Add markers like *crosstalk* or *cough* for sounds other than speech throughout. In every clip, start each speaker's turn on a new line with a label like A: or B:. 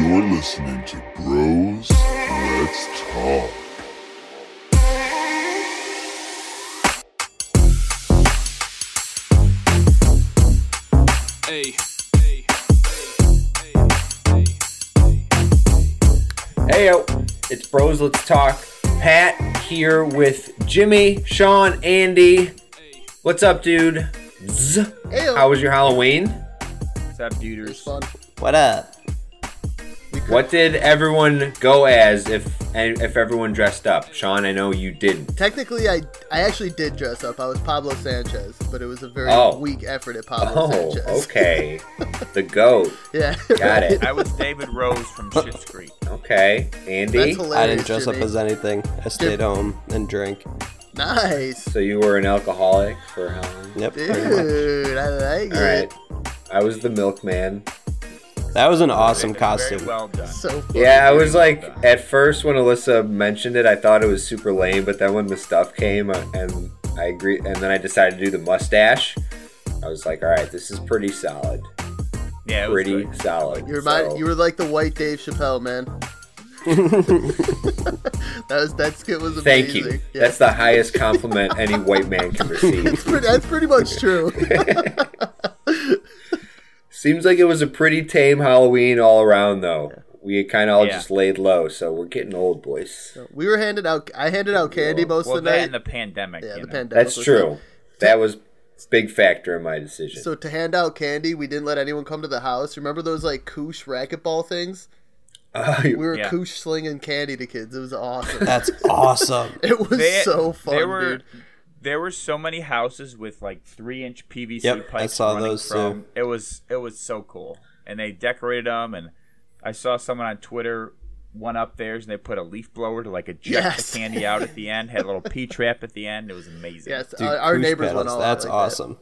A: You're listening to Bros Let's Talk.
B: Hey.
C: Hey, it's Bros Let's Talk. Pat here with Jimmy, Sean, Andy. What's up, dude? Zzz.
D: Ayo.
C: How was your Halloween?
D: It was fun.
E: What up?
D: We could,
C: What did everyone go as if and if everyone dressed up? Sean, I know you didn't.
D: Technically, I I actually did dress up. I was Pablo Sanchez, but it was a very
C: Oh.
D: weak effort at Pablo
C: Oh,
D: Sanchez.
C: okay. The goat.
D: *laughs* yeah.
C: Got
D: *laughs*
C: it.
F: I was David Rose
E: *laughs*
F: from Schitt's Creek.
C: Okay. Andy.
D: That's hilarious.
E: I didn't dress up
D: Jimmy.
E: as anything. I stayed home and drank.
D: Nice.
C: *laughs* So you were an alcoholic for Halloween?
E: Yep. pretty much.
D: Dude, I like
C: All right.
D: it.
C: I was the milkman.
E: That was an awesome
F: Very
E: costume.
F: well done.
D: So funny.
C: Yeah, I was like, at first when Alyssa mentioned it, I thought it was super lame, but then when the stuff came uh, and I agree, and then I decided to do the mustache, I was like, all right, this is pretty solid,
F: Yeah, it was
C: pretty
F: good.
C: solid.
D: You, remind,
C: So-
D: you were like the white Dave Chappelle, man. that was that skit was amazing.
C: Thank you.
D: Yeah.
C: That's the highest compliment any white man can
D: *laughs* It's
C: receive.
D: pretty, that's
C: *laughs*
D: pretty much true. *laughs*
C: Seems like it was a pretty tame Halloween all around, though. We kind of all
F: Yeah.
C: just laid low, so we're getting old, boys.
D: we were handed out. I handed out candy most
F: Well,
D: of the
F: that
D: night.
F: and the pandemic.
D: yeah,
F: you
D: the
F: know.
D: pandemic.
C: That's
D: was-
C: true. That was big factor in my decision.
D: So to hand out candy, we didn't let anyone come to the house. Remember those like koosh racquetball things?
C: *laughs* Uh,
D: We were
F: Yeah.
D: koosh slinging candy to kids. It was awesome. *laughs*
E: *laughs* That's awesome.
D: it was
F: They-
D: *laughs* so fun,
F: there were,
D: dude.
F: There were so many houses with like three-inch PVC
E: Yep, I
F: pipes.
E: saw
F: running
E: those,
F: from.
E: too.
F: It was it was so cool, and they decorated them. And I saw someone on Twitter one up theirs, and they put a leaf blower to like eject
D: Yes.
F: the candy out at the end. Had a little P trap at the
D: *laughs*
F: end. It was amazing.
D: Yes,
E: Dude,
D: our, our
E: Cruise
D: neighbors
E: Pedals,
D: went all out
E: That's
D: like that.
E: awesome.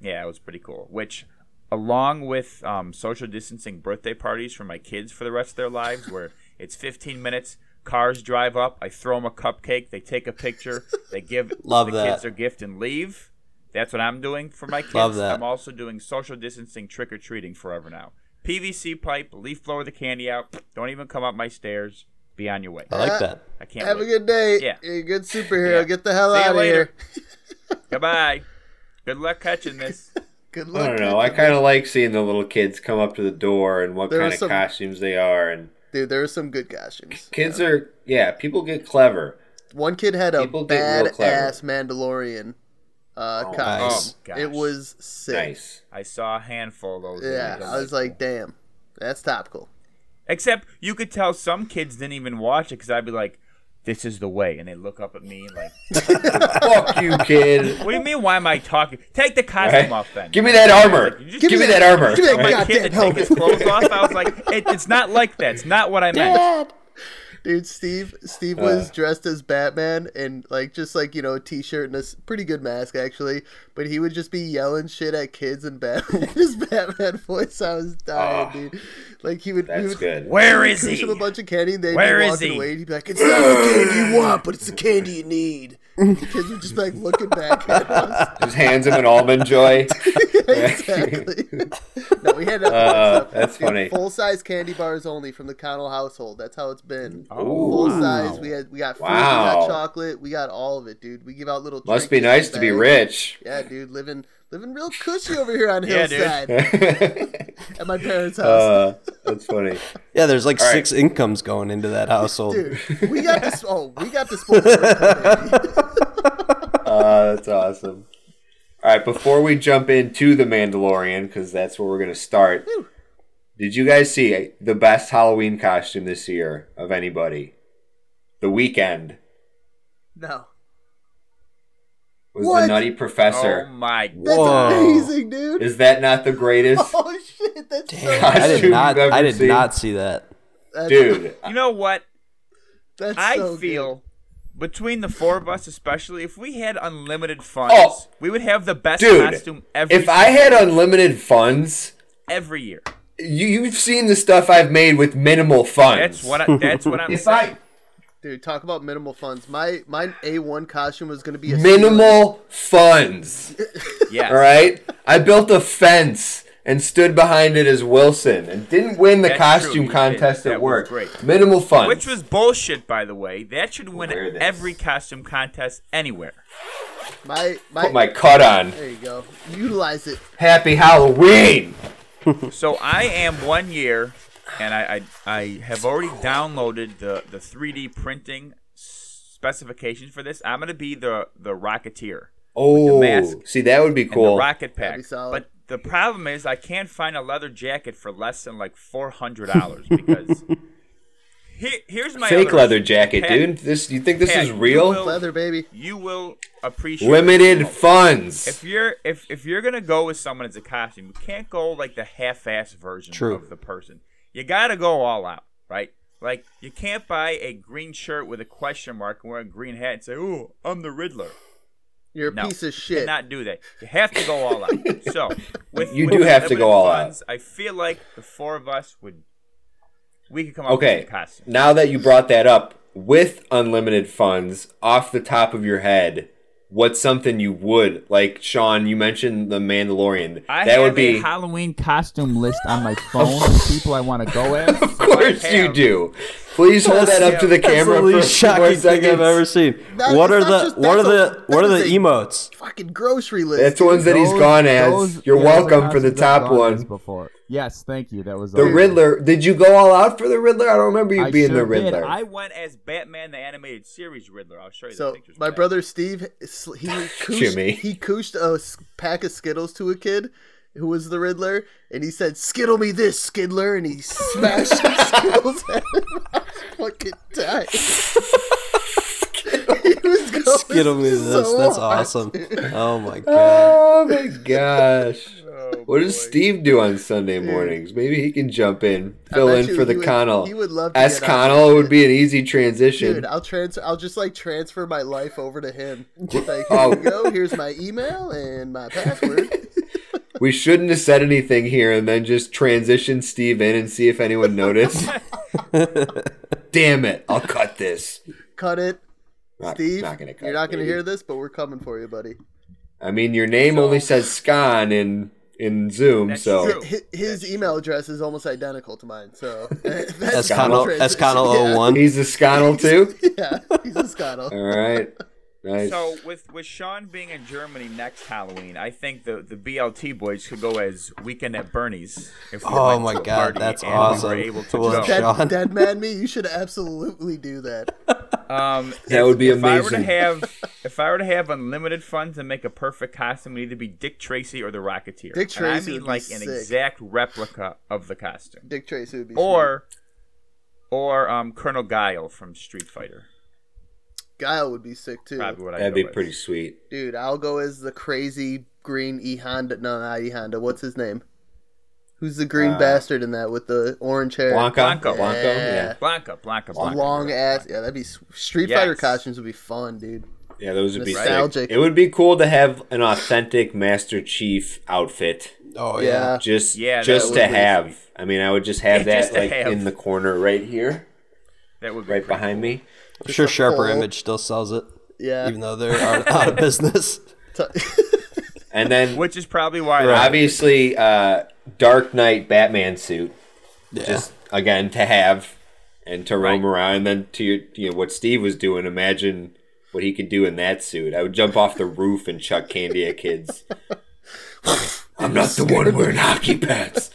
F: Yeah, it was pretty cool. Which, along with um, social distancing birthday parties for my kids for the rest of their lives,
E: *laughs*
F: where it's 15 minutes, cars drive up, I throw them a cupcake, they take a picture, they give
E: *laughs* Love
F: the
E: that.
F: kids their gift and leave. That's what I'm doing for my kids.
E: Love that.
F: I'm also doing social distancing trick or treating forever now. PVC pipe, leaf blower the candy out. Don't even come up my stairs. Be on your way.
E: I like that.
F: I can't.
D: Have
F: wait.
D: a good day.
F: Yeah.
D: You're a good superhero.
F: Yeah.
D: Get the hell
F: See you
D: out of here.
F: later. Goodbye. Good luck catching
D: *laughs*
F: this.
D: Good luck.
C: I don't know. I kind of like seeing the little kids come up to the door and what
D: There
C: kind
D: was
C: of
D: some-
C: costumes they are. And
D: Dude, there were some good costumes.
C: kids are, yeah, people get clever.
D: One kid had a
C: People get real
D: badass Mandalorian uh, costume.
E: nice.
F: Oh, gosh.
D: It was sick.
C: Nice.
F: I saw a handful of those. and it
D: Yeah, I was like, damn, that's topical.
F: Except you could tell some kids didn't even watch it because I'd be like, "This is the way," and they look up at me like,
C: Fuck you, kid. *laughs*
F: "What do you mean? Why am I talking? Take the costume
C: Right?
F: off then.
C: Give me that armor.
F: You just
C: Give, me that, armor.
D: Give me that
F: my
D: goddamn
F: kid to take his
D: helmet.
F: clothes off." I was like, it, "It's not like that. It's not what I meant."
D: Dude, Steve, Steve was dressed as Batman and like just like you know a T-shirt and a s- pretty good mask actually, but he would just be yelling shit at kids and Batman. *laughs* His Batman voice, I was dying,
C: Ah,
D: dude. Like he would, he
C: *laughs* That's
D: would
C: good.
F: Where is
D: push
F: he?
D: him a bunch of candy and they'd
F: Where
D: be
F: is
D: walking
F: he?
D: away and he'd be like, "It's not the
C: *laughs*
D: candy you want, but it's the candy you need." And the kids would just be like looking back at us. *laughs*
C: Just hands him an almond joy.
D: exactly. no, we had
C: Uh, that's funny.
D: full size candy bars only from the Connell household. That's how it's been.
C: Ooh.
D: full size. We had we got fruit,
C: Wow.
D: we got chocolate, we got all of it, dude. We give out little.
C: Must be
D: trinkets
C: nice
D: and
C: to be
D: bags.
C: rich.
D: Yeah, dude, living living real cushy over here on
F: Yeah, dude.
D: hillside at my parents' house.
C: *laughs* uh, that's funny.
E: Yeah, there's like
C: right.
E: six incomes going into that household.
D: Dude, we got this. Oh, we got this.
C: *laughs*
D: Dude,
C: Uh, that's awesome. All right, before we jump into The Mandalorian, because that's where we're going to start, did you guys see the best Halloween costume this year of anybody? The Weekend
D: no,
C: was
D: What?
C: the Nutty
F: Oh
C: Professor.
F: my!
D: that's
E: Whoa.
D: amazing, dude.
C: Is that not the
D: *laughs*
C: greatest?
D: Oh shit, that's
E: Damn,
D: so,
E: I
C: Costume
E: did
C: you've
E: not.
C: ever
E: I did
C: seen.
E: not see that.
D: that's,
C: Dude,
F: You know what?
D: That's
F: I
D: so good.
F: feel. Between the four of us, especially if we had unlimited funds,
C: Oh.
F: we would have the best
C: Dude,
F: costume every
C: if I had unlimited funds,
F: every year.
C: you, you've seen the stuff I've made with minimal funds.
F: That's what I, that's what
C: *laughs*
F: I'm
C: If
F: saying.
C: I
D: Dude, talk about minimal funds. My my A one costume was gonna be a
C: minimal funds,
F: yes.
C: all right? I built a fence and stood behind it as Wilson and didn't win the
F: That's true,
C: costume
F: he did.
C: contest
F: That
C: at
F: was
C: work.
F: great.
C: Minimal fun.
F: Which was bullshit, by the way. That should win
C: Wear this.
F: every costume contest anywhere.
D: My my.
C: Put Oh my cut on.
D: there you go. Utilize it.
C: Happy Halloween.
F: So I am one year, and I I, I have already downloaded the the 3D printing specifications for this. I'm gonna be the the Rocketeer
C: Oh,
F: mask
C: see that would be
F: and the
C: cool.
F: Rocket
D: That'd
F: Pack.
D: be solid.
F: But the problem is I can't find a leather jacket for less than like four hundred dollars because.
C: *laughs*
F: Here, here's my
C: Fake
F: other-
C: leather jacket,
F: Pat,
C: dude. This you think this
F: Pat,
C: is
F: you
C: real?
F: will-
D: Leather baby.
F: You will appreciate
C: Limited
F: fun.
C: funds.
F: If you're if if you're gonna go with someone as a costume, you can't go like the half-ass version
E: True.
F: of the person. You gotta go all out, right? Like you can't buy a green shirt with a question mark and wear a green hat and say, "Ooh, I'm the Riddler."
D: You're a
F: No,
D: piece
F: you
D: of shit.
F: Cannot do that. You have to go
D: *laughs*
F: all out. So with
C: You
F: with
C: do
F: the
C: have to go
F: limited
C: all out.
F: funds, I feel like the four of us would we could come up
C: Okay,
F: with a costume.
C: now that you brought that up, with unlimited funds, off the top of your head, what's something you would like? Sean, you mentioned the Mandalorian.
F: I
C: that
F: have
C: would be.
F: a Halloween costume list on my phone of people I want to go as.
C: of course
F: I
C: you
F: have-
C: do. Please hold that up to the camera for a
E: least
C: few more
E: shocking thing I've ever
C: seconds.
E: seen.
D: That-
E: what
D: it's not
E: are the
D: just-
E: what are
D: that's a-
E: the what are
D: that
E: the
D: is a-
E: emotes?
D: Fucking grocery list.
C: That's the ones that he's
B: Those-
C: gone as.
B: those-
C: You're
B: yeah,
C: welcome
B: those
C: for the
B: costumes I've
C: top
B: gone as
C: one.
B: Before. Yes, thank you. That was
C: The
B: all.
C: Riddler. Did you go all out for the Riddler? I don't remember you
B: I
C: being the
B: sure did.
C: Riddler.
F: I went as Batman the animated series Riddler. I'll show you the
D: So
F: pictures.
D: my
F: back.
D: brother Steve, s- he cooshed,
C: Jimmy.
D: he cooshed a s- pack of Skittles to a kid who was the Riddler, and he said, "Skittle me this, Skidler," and he smashed the Skittles at him. I fucking died. he was going
E: Skittle me this.
D: so Uh,
E: That's
D: hard.
E: awesome.
D: *laughs*
E: Oh my god.
C: *laughs* Oh my gosh. what does Steve do on Sunday mornings? Maybe he can jump in, fill
D: bet
C: in
D: you
C: for the
D: he would-
C: Connell.
D: he would love to
C: S
D: get on
C: Connell would be an easy transition.
D: Dude, I'll transfer. I'll just like transfer my life over to him. Like, here
C: Oh.
D: you go. Here's my email and my password.
C: we shouldn't have said anything here and then just transition Steve in and see if anyone noticed. Damn it. I'll cut this.
D: Cut it,
C: Not-
D: Steve.
C: gonna cut
D: you're not going to
C: baby.
D: hear this, but we're coming for you, buddy.
C: I mean, your name only says Scon in in Zoom,
F: That's
C: so
F: *laughs* true.
D: Hi- His email address is almost identical to mine,
F: *laughs*
D: so *laughs* that's
E: S Connell S Connell 01.
C: he's a Sconnell too.
D: *laughs* Yeah, he's a Scottle.
C: *laughs* All right. Nice.
F: *laughs* So with with Sean being in Germany next Halloween, I think the the BLT boys could go as Weekend at Bernie's. If we
E: Oh
F: went
E: my
F: to a
E: god,
F: party
E: that's
F: and
E: awesome.
F: We were able to
E: Well,
F: go.
E: Sean-
D: Dead, dead man me, you should absolutely do that.
F: Um,
C: That
F: if-
C: would be
F: If I were to
C: amazing. *laughs*
F: have if I were to have unlimited funds and make a perfect costume, it would either be Dick Tracy or the Rocketeer.
D: Dick
F: And I
D: Tracy
F: mean
D: would be
F: like an
D: sick.
F: exact replica of the costume,
D: Dick Tracy would be
F: or or um, Colonel Guile from Street Fighter.
D: sick. Guile would be sick too,
F: Probably what I
C: That'd
F: go
C: be
F: as.
C: pretty sweet.
D: dude. I'll go as the crazy green E Honda. No, not E Honda. What's his name? Who's the green
C: Uh,
D: bastard in that with the orange hair?
C: Blanca,
F: Blanco.
C: Blanco, yeah.
F: Blanca, Blanca, Blanca.
D: Long ass. Yeah, that'd be s- Street
F: Yes.
D: Fighter costumes would be fun, dude.
C: Yeah, those would be
D: Nostalgic.
C: Sick. It would be cool to have an authentic Master Chief outfit.
E: Oh yeah.
D: Yeah,
C: Just
F: Yeah, that
C: just
F: would
C: to
F: be
C: have. I mean, I would just have
F: Yeah,
C: that
F: *laughs* just to
C: like
F: have.
C: in the corner right here,
F: That would be
C: right behind me.
E: I'm sure Sharper
D: whole-
E: Image still sells it.
D: yeah.
E: Even though they're out,
C: *laughs*
E: out of business.
C: And then
F: Which is probably why
C: obviously uh Dark Knight Batman suit
E: Yeah.
C: just again to have and to roam around and then to your, you know what Steve was doing, imagine what he could do in that suit. I would jump off the roof and chuck candy at kids. I'm not the one wearing hockey pads.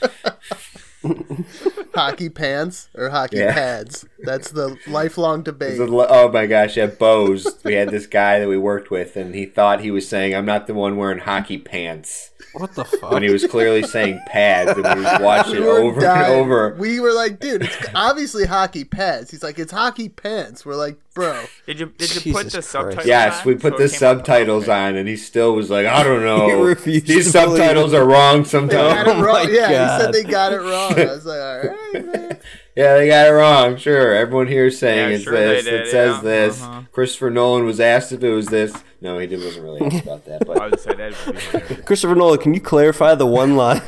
D: hockey pants or hockey
C: Yeah.
D: pads. That's the lifelong debate.
C: The lo- Oh my gosh, at Bose, we had this guy that we worked with, and he thought he was saying, I'm not the one wearing hockey pants.
E: What the fuck?
C: When he was clearly saying pads, and we just watched it
D: were
C: over
D: dying.
C: and over.
D: We were like, dude, it's *laughs* obviously hockey pads. He's like, it's hockey pants. We're like,
C: *laughs*
D: bro,
F: Did you did you
E: Jesus
F: put the
E: Christ.
F: subtitles?
C: Yes,
F: on?
C: we
F: So
C: put
F: it
C: the
F: came up-
C: subtitles on, and he still was like, I don't know.
E: refused
C: These
E: to believe
C: subtitles are wrong
D: got
C: sometimes.
D: it wrong.
E: my
D: Yeah, he
E: God.
D: said they
C: *laughs*
D: got it wrong. I was like, all right, man.
C: yeah, they got it wrong. Sure, everyone here is saying
F: Yeah,
C: it's
F: sure they
C: this,
F: did,
C: it says
F: yeah,
C: this.
F: uh-huh.
C: Christopher Nolan was asked if it was this. No, he did- wasn't really
F: *laughs*
C: asked about that, but
F: I would say that would be hilarious.
C: *laughs*
E: Christopher Nolan, can you clarify the one line?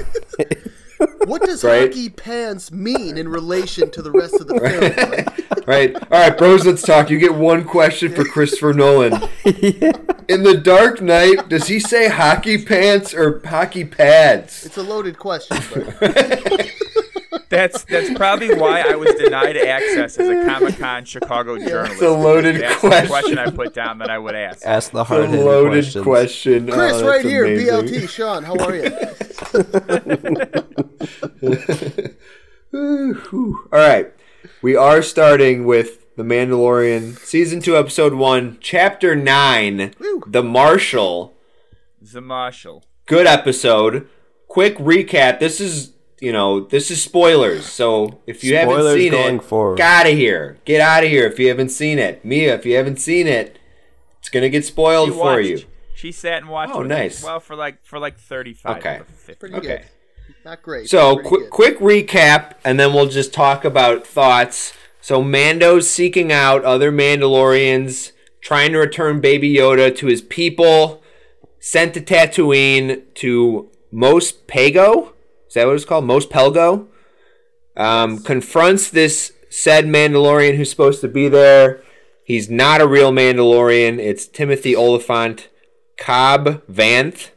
D: What does
C: Right.
D: hockey pants mean in relation to the rest of the film? Like,
C: right. All right, bros, let's talk. You get one question for Christopher Nolan. In The Dark Knight, does he say hockey pants or hockey pads?
D: it's a loaded question,
C: *laughs*
D: but
F: *laughs*
C: Oh,
F: That's that's probably why I was denied access as a Comic Con Chicago journalist.
C: It's a loaded
F: That's the
C: question.
F: question I put down that I would ask.
E: *laughs* Ask the
C: A
E: hard hitting
C: loaded
E: questions.
C: question. Oh,
D: Chris,
C: that's
D: right here,
C: amazing.
D: BLT, Sean, how are you?
C: Ooh, whew. All right. We are starting with The Mandalorian, Season 2, Episode 1, Chapter 9,
D: Woo.
C: The Marshal.
F: The Marshal.
C: Good episode. Quick recap. This is, you know, this is spoilers. So if you haven't
E: Spoilers
C: seen
E: going
C: it,
E: forward.
C: out of here. Get out of here if you haven't seen it. Mia, if you haven't seen it, it's going to get spoiled
F: She
C: for
F: watched.
C: you.
F: She sat and watched.
C: Oh,
F: with
C: nice.
F: Me. Well, for like for like thirty five.
C: Okay.
D: Pretty
C: Okay.
D: good. Not great.
C: So
D: but pretty
C: quick,
D: good.
C: quick recap, and then we'll just talk about thoughts. So Mando's seeking out other Mandalorians, trying to return Baby Yoda to his people. Sent to Tatooine to Mos Pago. Is that what it's called? Mos Pelgo. Um, confronts this said Mandalorian who's supposed to be there. He's not a real Mandalorian. It's Timothy Oliphant, Cobb Vanth.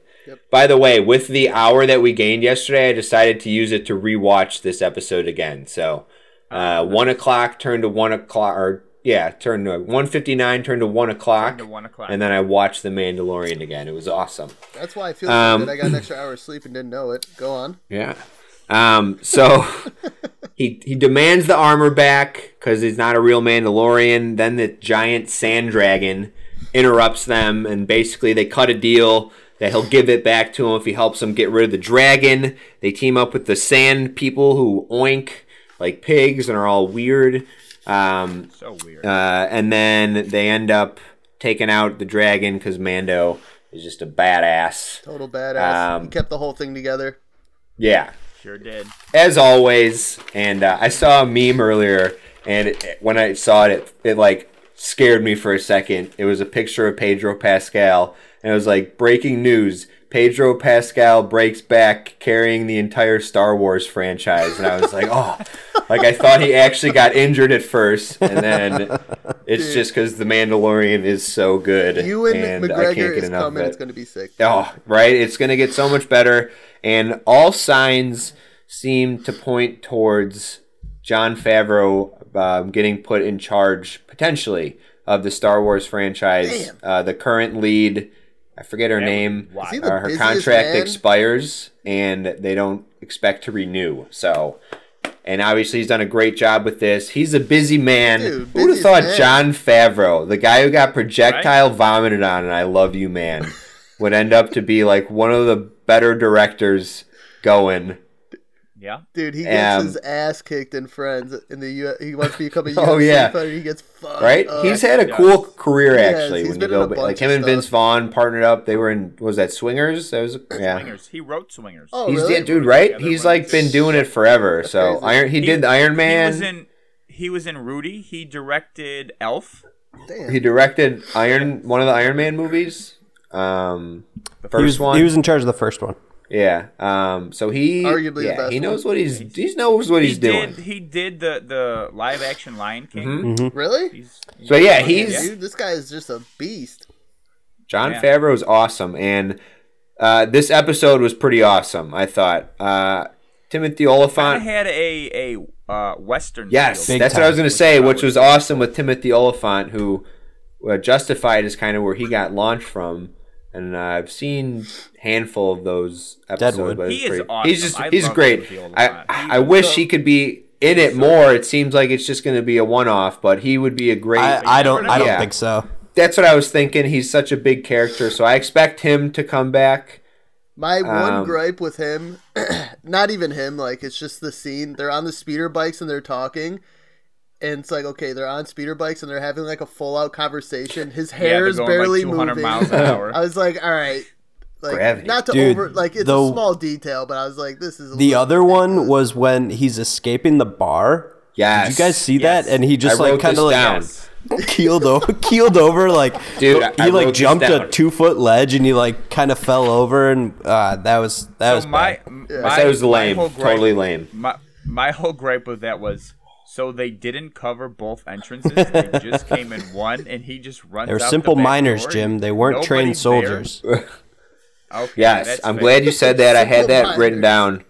C: By the way, with the hour that we gained yesterday, I decided to use it to rewatch this episode again. So,
F: Ah,
C: uh, one o'clock turned to one o'clock, or yeah, turned to one fifty nine, turned to one o'clock,
F: To one o'clock.
C: and then I watched The Mandalorian again. It was awesome.
D: That's why I feel
C: Um,
D: good that I got an extra hour of sleep and didn't know it. Go on.
C: Yeah. Um, so *laughs* he he demands the armor back because he's not a real Mandalorian. Then the giant sand dragon interrupts them, and basically they cut a deal that he'll give it back to him if he helps him get rid of the dragon. They team up with the sand people who oink like pigs and are all weird. Um,
F: so weird.
C: uh, and then they end up taking out the dragon because Mando is just a badass.
D: Total badass.
C: Um,
D: he kept the whole thing together.
C: Yeah,
F: sure did.
C: as always. And uh, I saw a meme earlier, and it, when I saw it, it, it like scared me for a second. It was a picture of Pedro Pascal, and it was like breaking news: Pedro Pascal breaks back carrying the entire Star Wars franchise. And I was like,
D: *laughs*
C: oh, like I thought he actually got injured at first, and then it's just because the Mandalorian is so good.
D: Ewan
C: and I can't
D: McGregor
C: get
D: is
C: enough of
D: coming.
C: it.
D: It's going to be sick.
C: Oh, right. It's going to get so much better. And all signs seem to point towards John Favreau um, getting put in charge, potentially, of the Star Wars franchise.
D: Damn.
C: Uh, the current lead, I forget her name,
F: wild. Is
D: he
C: uh,
D: the
C: her
D: *laughs* busiest
C: contract
D: man?
C: expires and they don't expect to renew. So. And obviously, he's done a great job with this. He's a busy man.
D: Dude,
C: Who'd have
D: busiest
C: thought
D: man.
C: John Favreau, the guy who got projectile vomited on, and I love you,
D: *laughs*
C: man, would end up to be like one of the better directors going.
F: Yeah.
D: Dude, he gets
C: Um,
D: his ass kicked in Friends in the U. He wants
C: *laughs*
D: to become a UFC
C: Oh, yeah.
D: fighter. He gets fucked.
C: Right?
D: up.
C: he's had a cool career
D: Uh, Yes,
C: actually.
D: he's
C: when you
D: been in
C: go
D: a
C: back.
D: bunch
C: like him
D: of
C: and Vince
D: stuff.
C: Vaughn partnered up. They were in was that Swingers? That was yeah.
F: Swingers. He wrote Swingers.
D: Oh,
C: He's
D: really?
C: yeah, dude, right?
F: Together
C: He's
F: when
C: like
F: he's-
C: been doing it forever. So
D: crazy.
C: Iron, he, did the Iron
F: He was
C: Man.
F: in. He was in Rudy. He directed Elf.
D: Damn.
C: He directed Iron one of the Iron Man movies. Um, first
E: He was,
C: one.
E: he was in charge of the first one.
C: Yeah. Um. So he
D: Arguably the
C: yeah,
D: best
C: he knows
D: one.
C: what he's he knows what he's
F: he
C: doing.
F: did. He did the the live action Lion King.
C: Mm-hmm.
D: really?
F: He's,
C: So yeah, he's
D: Dude, this guy is just a beast.
C: John
F: Yeah.
C: Favreau is awesome, and uh, this episode was pretty awesome. I thought uh, Timothy
F: I
C: Oliphant.
F: had a a uh, Western.
C: Yes,
F: feel.
E: Big
C: that's what I was
E: time.
C: going to say, which was awesome with Timothy Oliphant, who uh, Justified is kind of where he got launched from, and uh, I've seen handful of those episodes.
E: Deadwood.
C: but it's
F: He is
C: pretty-
F: awesome.
C: He's just
F: I
C: he's
F: love
C: great.
F: Timothy
C: I
F: Oliphant. He
C: I wish he could be in it more. It seems like it's just going to be a one off, but he would be a great.
E: I, I don't. I don't
C: Yeah.
E: think so.
C: that's what I was thinking. He's such a big character, so I expect him to come back.
D: My
C: Um,
D: one gripe with him, *clears throat* not even him, like it's just the scene. They're on the speeder bikes and they're talking, and it's like okay, they're on speeder bikes and they're having like a full out conversation. His
F: Yeah,
D: hair
F: they're
D: is
F: going,
D: barely
F: like 200
D: moving.
F: Miles
D: *laughs*
F: an
D: I
F: hour.
D: was like, all right, like
C: Gravity.
D: not to
E: Dude,
D: over, like it's
E: the-
D: a small detail, but I was like, this is a
E: The
D: little
E: other one was when he's escaping the bar.
C: Yes.
E: Did you guys see
F: Yes.
E: that? And he just
C: I
E: like
C: wrote
E: kind
C: this
E: of like
C: down.
E: *laughs* keeled over, *laughs* keeled over like
C: Dude, I-
E: he
C: I wrote
E: like
C: this
E: jumped a
C: down.
E: two foot ledge and he like kind of fell over and uh, that was that was
F: So my,
E: bad.
F: my,
C: I said it was lame.
F: my whole gripe-
C: Totally lame.
F: My my whole gripe with that was so they didn't cover both entrances. they
E: *laughs*
F: just came in one, and he just runs.
E: They
F: out
E: were
F: the
E: simple
F: back
E: miners,
F: door.
E: Jim. They weren't
F: Nobody's
E: trained
F: there.
E: soldiers.
F: Okay,
C: Yes,
F: that's
C: I'm
F: fair.
C: glad you said that. I had that written down.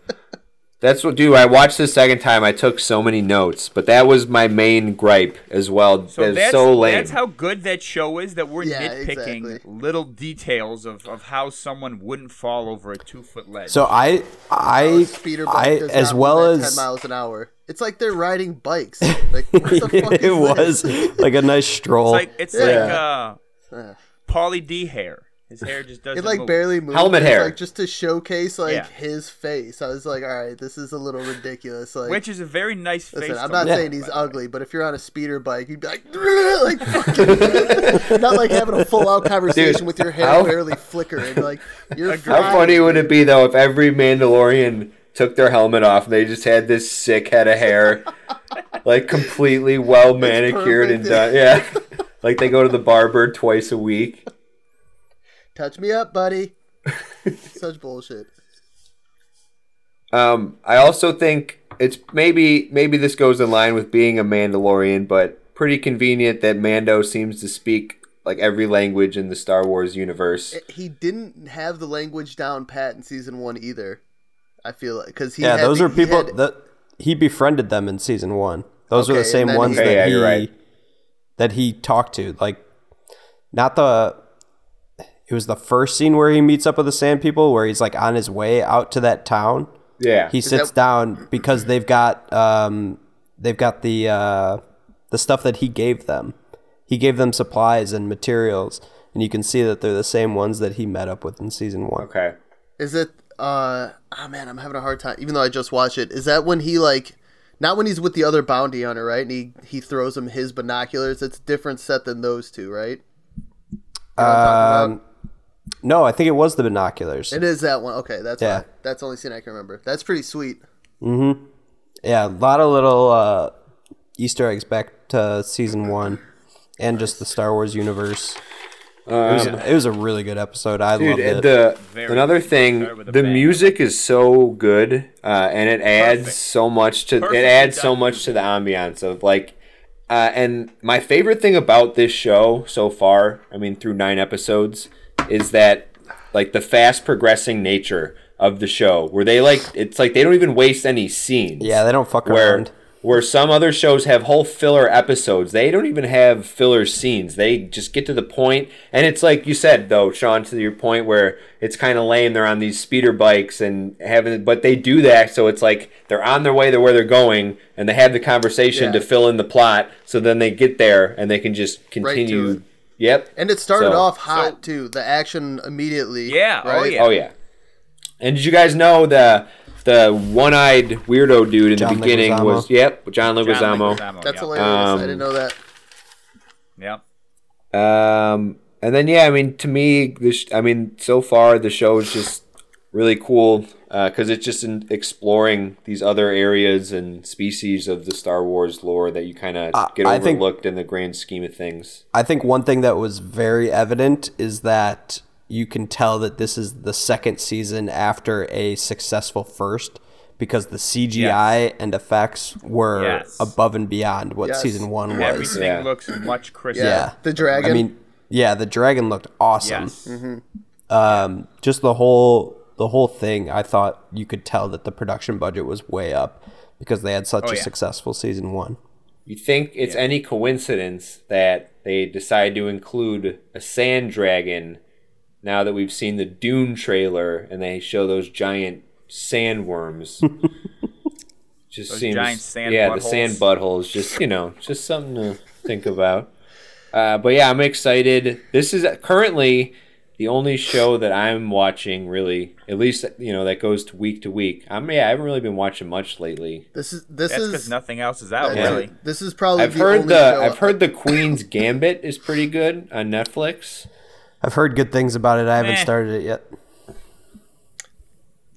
C: That's what, dude. I watched the second time. I took so many notes, but that was my main gripe as well.
F: So
C: That's
F: that's,
C: so lame.
F: that's how good that show is that we're
D: Yeah,
F: nitpicking
D: exactly.
F: little details of, of how someone wouldn't fall over a two foot ledge.
E: So I I
D: Oh, speeder bike
E: I
D: does
E: as
D: not
E: well
D: move at
E: as *laughs*
D: 10 miles an hour. It's like they're riding bikes. Like what the fuck is
E: it
D: this?
E: was like a nice stroll.
F: it's like it's like uh,
D: Ugh.
F: Paulie D hair. His hair just doesn't.
D: It like
F: move.
D: barely moved.
C: Helmet
D: It was,
C: hair.
D: like just to showcase like
F: Yeah.
D: his face. I was like, all right, this is a little ridiculous. Like,
F: which is a very nice face.
D: listen,
F: to
D: I'm not
F: look
D: saying
F: at,
D: he's
F: by the way.
D: ugly, but if you're on a speeder bike, you'd be like, *laughs* like
E: *laughs*
D: fucking- not like having a full out conversation
C: Dude,
D: with your hair
C: how-
D: barely flickering. Like,
F: *laughs*
D: you're
C: How
D: fine.
C: funny would it be though if every Mandalorian took their helmet off and they just had this sick head of
F: *laughs*
C: hair, like completely well manicured and done. Yeah, *laughs* like they go to the barber twice a week.
D: Touch me up,
E: *laughs*
D: buddy. Such bullshit.
C: Um, I also think it's maybe maybe this goes in line with being a Mandalorian, but pretty convenient that Mando seems to speak like every language in the Star Wars universe.
D: He didn't have the language down pat in season one either. I feel like because he
E: yeah,
D: had
E: those
D: the-
E: are
D: he
E: people
D: had-
E: that he befriended them in season one. Those were
D: Okay,
E: the
D: and
E: same
D: then
E: ones
D: he-
E: that
C: Okay, yeah,
E: he
C: you're right.
E: that he talked to. Like, not the. It was the first scene where he meets up with the Sand People, where he's like on his way out to that town.
C: Yeah,
E: He sits
D: that-
E: down because they've got um, they've got the uh, the stuff that he gave them. He gave them supplies and materials, and you can see that they're the same ones that he met up with in season one.
C: okay.
D: Is it? Uh, oh man, I'm having a hard time. Even though I just watched it, is that when he like, not when he's with the other bounty hunter, right? And he he throws him his binoculars. It's a different set than those two, right? You know what I'm talking
E: Um,
D: about?
E: No, I think it was the binoculars.
D: it is that one. Okay, that's
E: Yeah.
D: why. That's the only scene I can remember. That's pretty sweet.
E: Yeah, a lot of little uh, Easter eggs back to season one, and just the Star Wars universe. it, was, it was a really good episode. I
C: Um, Dude,
E: loved it.
C: and the
F: Very
C: another
F: good.
C: thing,
F: Start with a
C: the
F: bang.
C: music is so good, uh, and it adds so much to
F: Perfectly
C: it adds so
F: done
C: much to the ambiance of like, uh, and my favorite thing about this show so far, I mean, through nine episodes, is that like the fast progressing nature of the show, where they like it's like they don't even waste any scenes.
E: yeah, they don't fuck
C: where
E: around.
C: where some other shows have whole filler episodes. They don't even have filler scenes. They just get to the point, and it's like you said though, Sean, to your point where it's kind of lame. They're on these speeder bikes and having, but they do that, so it's like they're on their way to where they're going, and they have the conversation
D: Yeah.
C: to fill in the plot. So then they get there and they can just continue.
D: it.
C: Yep.
D: And it started
C: So-
D: off hot too. The action immediately.
F: Yeah, oh,
D: Right?
F: yeah.
C: Oh yeah. And did you guys know the the one-eyed weirdo dude in
E: John
C: the beginning
E: Leguizamo.
C: was yep John
F: John
C: Leguizamo.
F: Leguizamo,
D: That's
F: yeah.
D: hilarious.
C: Um,
D: I didn't know that.
F: Yep.
C: Um, and then yeah, I mean, to me, this I mean, so far the show is just really cool because it's just in exploring these other areas and species of the Star Wars lore that you kind of get
E: I think-
C: overlooked in the grand scheme of things.
E: I think one thing that was very evident is that you can tell that this is the second season after a successful first because the CGI and effects were
F: Yes.
E: above and beyond what
D: Yes.
E: season one was.
F: Everything
C: Yeah.
F: looks much crisper.
D: Yeah.
E: Yeah.
D: The dragon.
E: I mean, yeah, the dragon looked awesome.
F: Yes.
E: um, just the whole the whole thing i thought you could tell that the production budget was way up because they had such
F: Oh,
E: a
F: yeah.
E: successful season one
C: You think it's any coincidence that they decide to include a sand dragon now that we've seen the Dune trailer and they show those giant
F: *laughs*
C: sandworms? just
F: Those
C: seems
F: giant sand
C: yeah, the
F: buttholes.
C: sand buttholes. Just you know, just something to think about. Uh, but yeah, I'm excited. This is currently the only show that I'm watching really, at least you know that goes to week to week. I'm yeah, I haven't really been watching much lately.
D: this is this
F: That's
D: is
F: because nothing else is out,
C: Yeah.
F: really.
D: This is probably
C: I've
D: the
C: heard
D: only
C: the
D: show
C: I've
D: *laughs*
C: heard the Queen's Gambit is pretty good on Netflix.
E: i've heard good things about it i haven't
F: Meh.
E: started it yet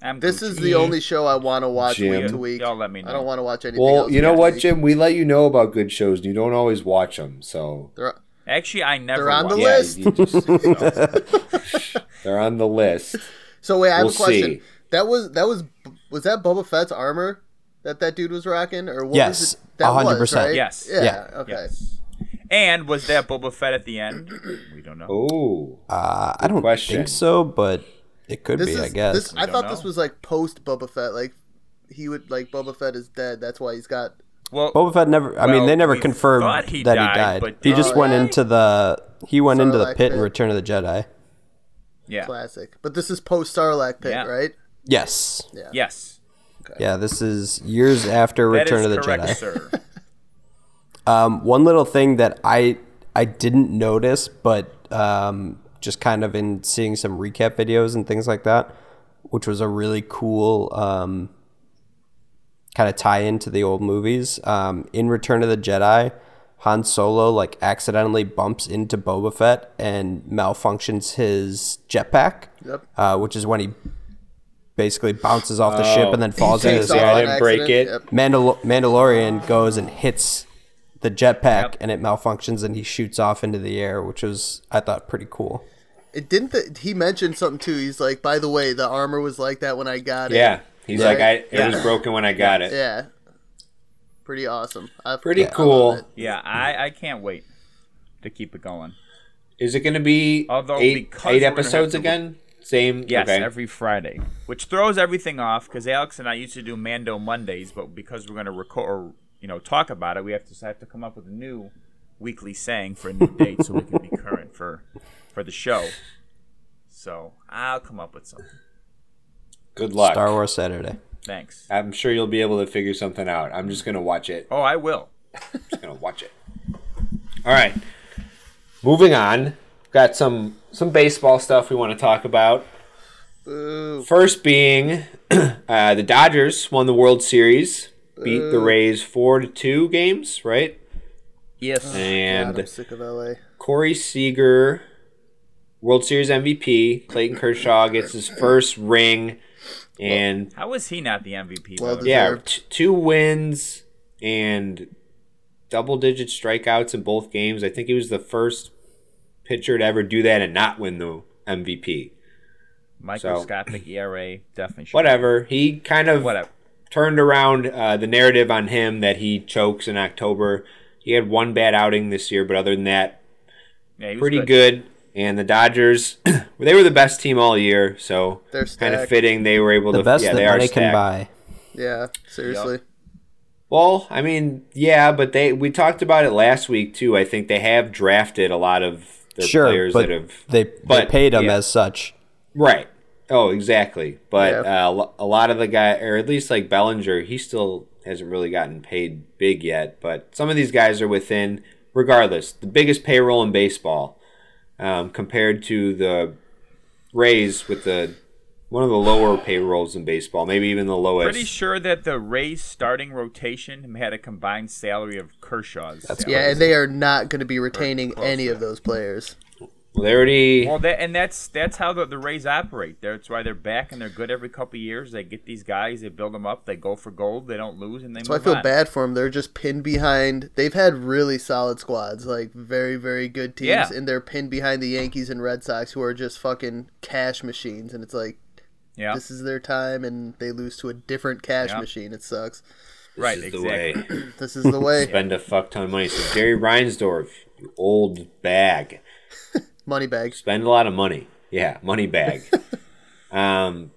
F: I I'm
D: This is
F: Gucci.
D: the only show I want to watch
C: Jim.
D: week to week.
F: Y'all let me know.
D: I don't want to watch anything.
C: Well,
D: else
C: you know
D: week to
C: what,
D: week.
C: Jim? We let you know about good shows, and you don't always watch them. So
D: They're-
F: Actually, I never.
D: They're on the list.
F: watched-
C: yeah, you just-
D: *laughs*
C: *laughs* they're on the list.
D: So wait, I have
C: We'll
D: a question.
C: see.
D: That was that was was that Boba Fett's armor that that dude was rocking, or what
E: Yes,
D: was it? That was,
E: 100%.
D: right?
F: Yes.
D: Yeah.
E: Yeah.
D: Okay.
F: Yes. And was that Boba Fett at the end? We don't know.
C: Oh,
E: Uh, I don't
C: question.
E: think so, but it could
D: This
E: be.
D: is.
E: I guess.
D: This, I
F: don't
D: thought this
F: know.
D: was like post Boba Fett. Like he would like Boba Fett is dead. That's why he's got.
F: Well,
E: Boba Fett never. I
F: Well,
E: mean, they never
F: we
E: confirmed
F: thought
E: that
F: he
E: he
F: died,
E: died.
F: but
E: He
F: did
E: just
F: he?
E: went into the he went into the
D: Sarlacc
E: pit in
D: pit.
E: Return of the Jedi.
F: yeah.
D: Classic, but this is post Sarlacc pit,
F: Yeah.
D: right?
E: Yes.
F: Yes.
E: Yeah, this is years after
F: That is
E: Return of the
F: correct,
E: Jedi.
F: sir.
E: Um, one little thing that I I didn't notice, but um, just kind of in seeing some recap videos and things like that, which was a really cool um, kind of tie in to the old movies. Um, in Return of the Jedi, Han Solo like accidentally bumps into Boba Fett and malfunctions his jetpack,
D: Yep.
E: uh, which is when he basically bounces off the ship and then falls into
D: Oh. Takes
E: his
D: off
C: I
D: on
C: didn't break
D: accident.
C: it.
D: Yep.
E: Mandal- Mandalorian goes and hits the jetpack and it malfunctions and he shoots off into the air, which was I thought pretty cool.
D: It didn't. The, he mentioned something too. He's like, by the way, the armor was like that when I got it.
C: yeah. He's
D: Yeah.
C: like, I it was broken when I got it.
D: Yeah. Pretty awesome. I,
C: Pretty
D: I love
C: cool.
D: it.
F: Yeah, I, I can't wait to keep it going.
C: Is it going to be
F: Although,
C: eight,
F: because
C: eight
F: we're gonna
C: episodes
F: have to-
C: again? Same.
F: Yes,
C: okay.
F: every Friday, which throws everything off because Alex and I used to do Mando Mondays, but because we're going to record, or, you know, talk about it, we have to have to come up with a new weekly saying for a new date so we can be current for for the show. So I'll come up with something.
C: Good luck.
E: Star Wars Saturday.
F: Thanks.
C: I'm sure you'll be able to figure something out. I'm just going to watch it.
F: Oh, I will.
C: just gonna watch it. All right, moving on. Got some some baseball stuff we want to talk about.
D: Ooh,
C: First being *clears throat* uh, the Dodgers won the World Series, beat the Rays four to two games, right?
F: Yes.
D: God, I'm
C: And
D: sick of LA.
C: Corey Seager, World Series MVP. Clayton Kershaw gets his first ring, and
F: How is he not the MVP?
D: Well,
F: though?
D: the-
C: yeah,
D: deserved.
C: t- two wins and double digit strikeouts in both games. I think he was the first pitcher to ever do that and not win the MVP.
F: Microscopic ERA definitely. Should
C: Whatever. He kind of
F: Whatever.
C: turned around uh, the narrative on him that he chokes in October. He had one bad outing this year, but other than that,
F: Yeah, he was
C: pretty good. And the Dodgers, *clears throat* they were the best team all year, so
D: They're
C: kind of
D: stacked.
C: fitting they were able
E: The
C: to.
E: best
C: yeah,
E: that
C: they are
E: money can
C: stacked.
E: buy.
D: Yeah, seriously.
C: Well, I mean, yeah, but they we talked about it last week too. I think they have drafted a lot of their
E: Sure,
C: players
E: but
C: that have
E: they, they
C: but,
E: paid him
C: yeah.
E: as such.
C: right. Oh, exactly. But uh, lo- a lot of the guy, or at least like Bellinger, he still hasn't really gotten paid big yet. But some of these guys are within, regardless, the biggest payroll in baseball um, compared to the Rays with the one of the lower payrolls in baseball, maybe even the lowest.
F: Pretty sure that the Rays starting rotation had a combined salary of Kershaw's. salary.
D: Yeah, and they are not going to be retaining any of those players.
C: Well, they already
F: Well, that and that's that's how the, the Rays operate. That's why they're back and they're good every couple of years. They get these guys, they build them up, they go for gold, they don't lose, and they
D: So I
F: move
D: feel
F: on.
D: bad for them. They're just pinned behind. They've had really solid squads, like very, very good teams,
F: Yeah.
D: and they're pinned behind the Yankees and Red Sox, who are just fucking cash machines. And it's like
F: Yeah,
D: this is their time, and they lose to a different cash
F: Yeah.
D: machine. It sucks.
F: right.
C: is the
F: Exactly.
C: way.
D: This is
C: *laughs*
D: the way.
C: spend a fuck ton of money. So Jerry Reinsdorf, you old bag,
D: Money bags.
C: spend a lot of money. Yeah, money bag. um,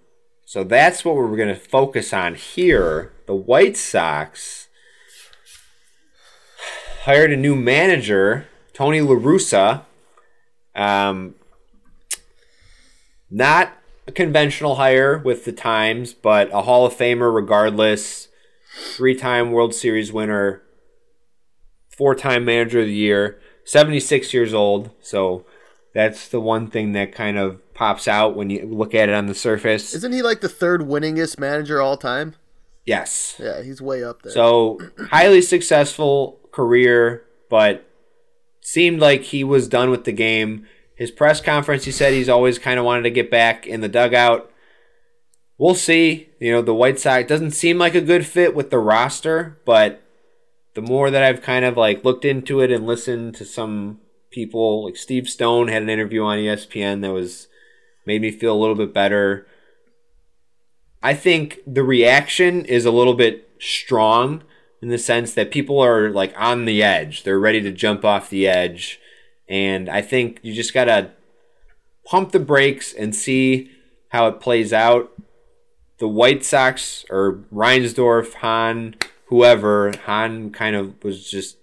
C: so that's what we're going to focus on here. The White Sox hired a new manager, Tony LaRussa. Um, not a conventional hire with the times, but a Hall of Famer regardless. Three time World Series winner, four time manager of the year, 76 years old. So that's the one thing that kind of pops out when you look at it on the surface.
D: Isn't he like the third winningest manager all time?
C: yes.
D: Yeah, he's way up there.
C: So highly successful career, but seemed like he was done with the game. His press conference, he said he's always kind of wanted to get back in the dugout. we'll see. You know, the White Sox doesn't seem like a good fit with the roster, but the more that I've kind of like looked into it and listened to some people, like Steve Stone had an interview on E ESPN that was made me feel a little bit better. I think the reaction is a little bit strong in the sense that people are like on the edge. They're ready to jump off the edge. And I think you just got to pump the brakes and see how it plays out. The White Sox or Reinsdorf, Hahn, whoever, Hahn kind of was just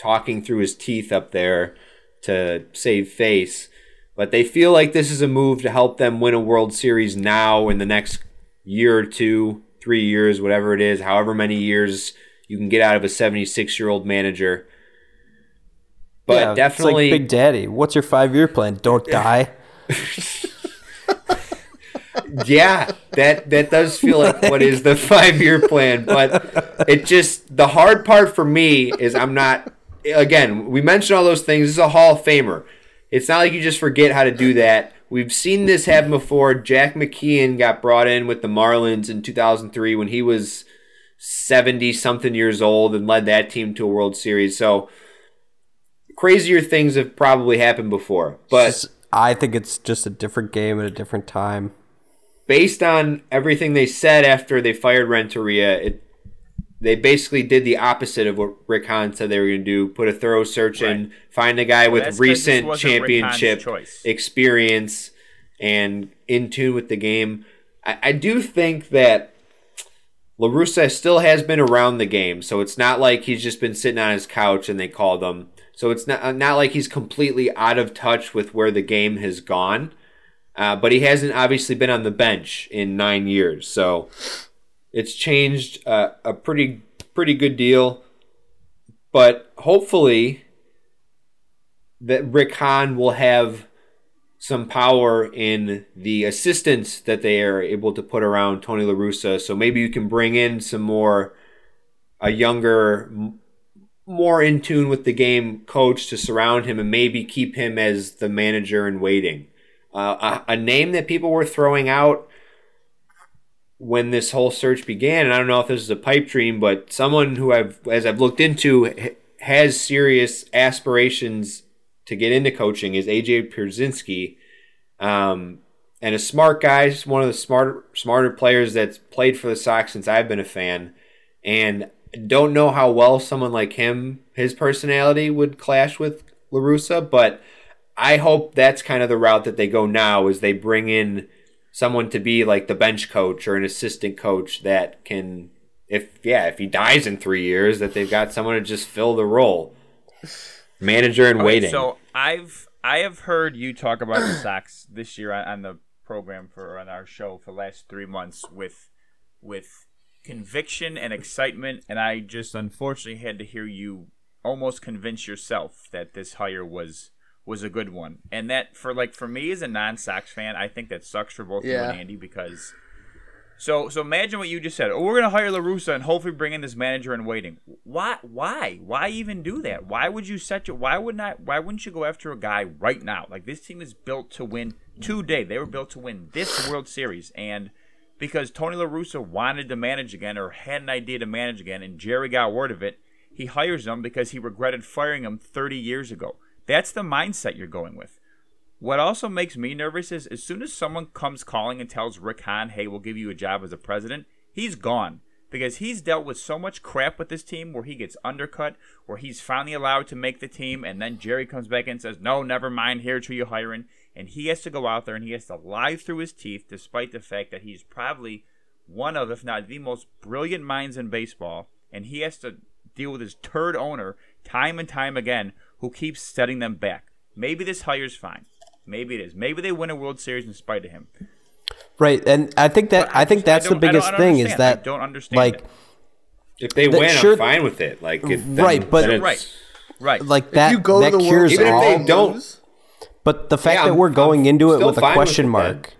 C: talking through his teeth up there to save face. But they feel like this is a move to help them win a World Series now in the next year or two, three years, whatever it is, however many years you can get out of a 76 year old manager. But
E: Yeah,
C: definitely,
E: it's like Big Daddy. What's your five year plan? Don't die.
C: yeah, that that does feel like what is the *laughs* five year plan, but it just the hard part for me is I'm not. Again, we mentioned all those things. This is a Hall of Famer. It's not like you just forget how to do that. We've seen this happen before. Jack McKeon got brought in with the Marlins in 2003 when he was 70 something years old and led that team to a World Series. So crazier things have probably happened before. But
E: Just- I think it's just a different game at a different time.
C: based on everything they said after they fired Renteria, it they basically did the opposite of what Rick Hahn said they were going to do: put a thorough search in, find a guy
F: that's
C: with
F: 'cause this
C: recent
F: wasn't Rick Hahn's
C: championship
F: choice.
C: experience and in tune with the game. I, I do think that Larusa still has been around the game, so it's not like he's just been sitting on his couch and they called him. So it's not not like he's completely out of touch with where the game has gone. Uh, but he hasn't obviously been on the bench in nine years, so it's changed uh, a pretty pretty good deal. But hopefully, that Rick Hahn will have some power in the assistants that they are able to put around Tony La Russa. So maybe you can bring in some more a younger, m- more in tune with the game coach to surround him and maybe keep him as the manager in waiting. Uh, a, a name that people were throwing out when this whole search began, and I don't know if this is a pipe dream, but someone who I've, as I've looked into, h- has serious aspirations to get into coaching is AJ Pierzynski, um, and a smart guy, just one of the smarter smarter players that's played for the Sox since I've been a fan, and don't know how well someone like him, his personality would clash with Larusa, but I hope that's kind of the route that they go now is they bring in someone to be like the bench coach or an assistant coach that can if yeah, if he dies in three years, that they've got someone to just fill the role. Manager in
F: Okay,
C: waiting.
F: So I've I have heard you talk about the Sox this year on, on the program for on our show for the last three months with with conviction and excitement, and I just unfortunately had to hear you almost convince yourself that this hire was was a good one, and that for like for me as a non Sox fan, I think that sucks for both you
D: Yeah.
F: and Andy because. So, so imagine what you just said. Oh, we're gonna hire Larusa and hopefully bring in this manager in waiting. Why? Why? Why even do that? Why would you set your? Why would not? Why wouldn't you go after a guy right now? Like this team is built to win today. They were built to win this World Series, and because Tony Larusa wanted to manage again or had an idea to manage again, and Jerry got word of it, he hires him because he regretted firing him 30 years ago. That's the mindset you're going with. What also makes me nervous is as soon as someone comes calling and tells Rick Hahn, hey, we'll give you a job as a president, he's gone. Because he's dealt with so much crap with this team where he gets undercut, where he's finally allowed to make the team, and then Jerry comes back and says, no, never mind, here's who you're hiring. And he has to go out there and he has to lie through his teeth, despite the fact that he's probably one of, if not the most brilliant minds in baseball, and he has to deal with his turd owner time and time again who keeps setting them back. Maybe this hire's fine. Maybe it is. Maybe they win a World Series in spite of him.
E: Right, and I think that
F: But I
E: I think
F: just- I
E: that's the
F: don't- I don't- I
E: biggest
F: don't
E: thing is
F: understand. I
E: that
F: don't understand
E: like
F: it.
C: If they
E: That-
C: win,
E: sure-
C: I'm fine with it. Like, it, then-
E: Right, but-
C: then it's-
F: Right. Right.
E: like that
D: you go
E: that
D: to the World
E: cures
C: Even
D: Series
C: if
E: all.
C: they don't-
D: lose,
E: but the fact
C: Yeah,
E: that
C: I'm-
E: we're going
C: I'm
E: into it
C: still
E: with a
C: fine with
E: question
C: it, man.
E: mark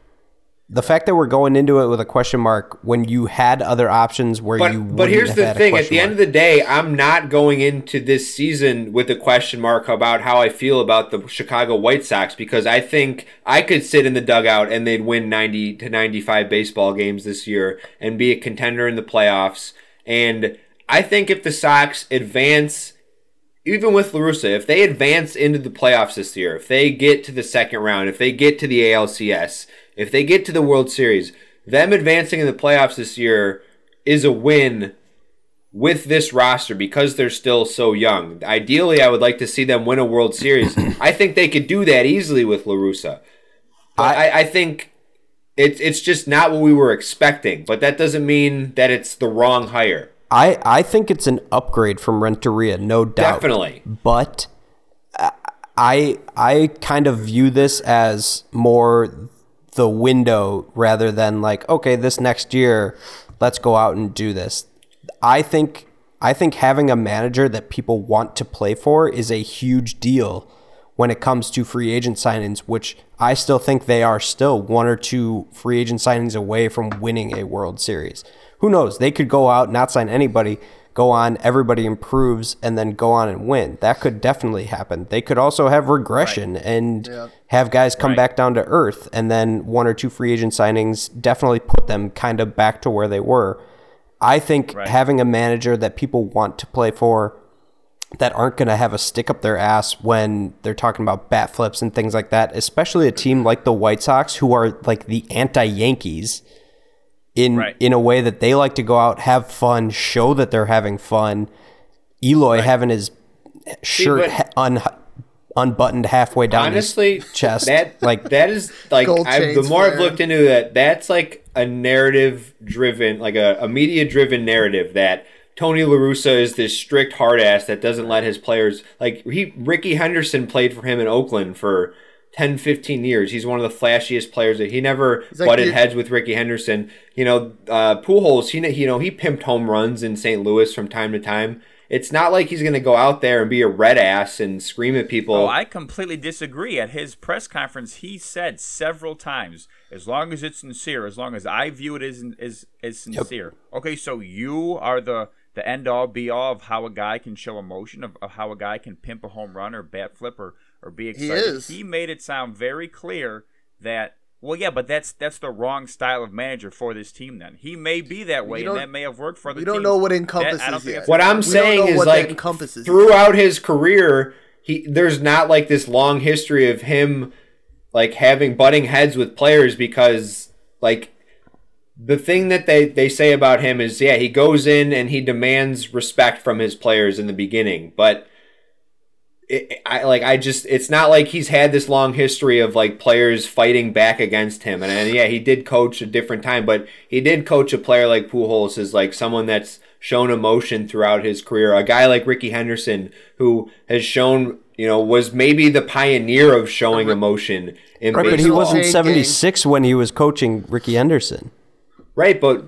E: the fact that we're going into it with a question mark when you had other options where you
C: But, but
E: wouldn't
C: here's
E: have
C: the
E: had a
C: thing at
E: question
C: the end of
E: mark.
C: the day, I'm not going into this season with a question mark about how I feel about the Chicago White Sox because I think I could sit in the dugout and they'd win 90 to 95 baseball games this year and be a contender in the playoffs. And I think if the Sox advance even with LaRussa, if they advance into the playoffs this year, if they get to the second round, if they get to the ALCS, if they get to the World Series, them advancing in the playoffs this year is a win with this roster because they're still so young. Ideally, I would like to see them win a World Series. I think they could do that easily with LaRussa. But I, I think it's it's just not what we were expecting. But that doesn't mean that it's the wrong hire.
E: I, I think it's an upgrade from Renteria, no doubt.
C: Definitely.
E: But I- I I kind of view this as more the window rather than like okay, this next year, let's go out and do this. I think I think having a manager that people want to play for is a huge deal when it comes to free agent signings, which I still think they are still one or two free agent signings away from winning a World Series. Who knows? They could go out, not sign anybody, go on, everybody improves, and then go on and win. That could definitely happen. They could also have regression and have guys come back down to earth, and then one or two free agent signings definitely put them kind of back to where they were. I think having a manager that people want to play for that aren't going to have a stick up their ass when they're talking about bat flips and things like that, especially a team like the White Sox, who are like the anti Yankees in
F: Right.
E: in a way that they like to go out, have fun, show that they're having fun. Eloy having his shirt
C: but-
E: ha- un- unbuttoned halfway down
C: honestly
E: his chest,
C: that
E: like
C: that is like
D: Gold
C: I, the
D: chains
C: more i've
D: flaring.
C: looked into that that's like a narrative driven like a, a media driven narrative that tony larussa is this strict hard ass that doesn't let his players like he ricky henderson played for him in oakland for 10 15 years he's one of the flashiest players that he never
D: like
C: butted
D: your-
C: heads with ricky henderson you know uh pujols he you know he pimped home runs in st louis from time to time it's not like he's going to go out there and be a red ass and scream at people
F: Oh, I completely disagree. At his press conference, he said several times, "As long as it's sincere, as long as I view it as as, as sincere." Okay, so you are the the end all be all of how a guy can show emotion, of, of how a guy can pimp a home run or bat flip or, or be excited.
D: is.
F: he made it sound very clear that. Well, yeah, but that's that's the wrong style of manager for this team. Then he may be that way,
D: don't-
F: and that may have worked for the
D: we
F: team.
D: don't know what
F: That- I
D: encompasses
F: don't think
D: yet.
F: that's-
C: What I'm
D: We don't
C: saying
D: know
C: is
D: what that
C: like
D: encompasses.
C: throughout his career, he there's not like this long history of him like having butting heads with players because like the thing that they, they say about him is yeah, he goes in and he demands respect from his players in the beginning, but it, I like I just it's not like he's had this long history of like players fighting back against him and, and yeah he did coach a different time but he did coach a player like Pujols is like someone that's shown emotion throughout his career a guy like Ricky Henderson who has shown you know was maybe the pioneer of showing emotion in
E: right. But he
D: baseball.
E: wasn't
D: Jake
E: seventy six when he was coaching Ricky Henderson.
C: Right, but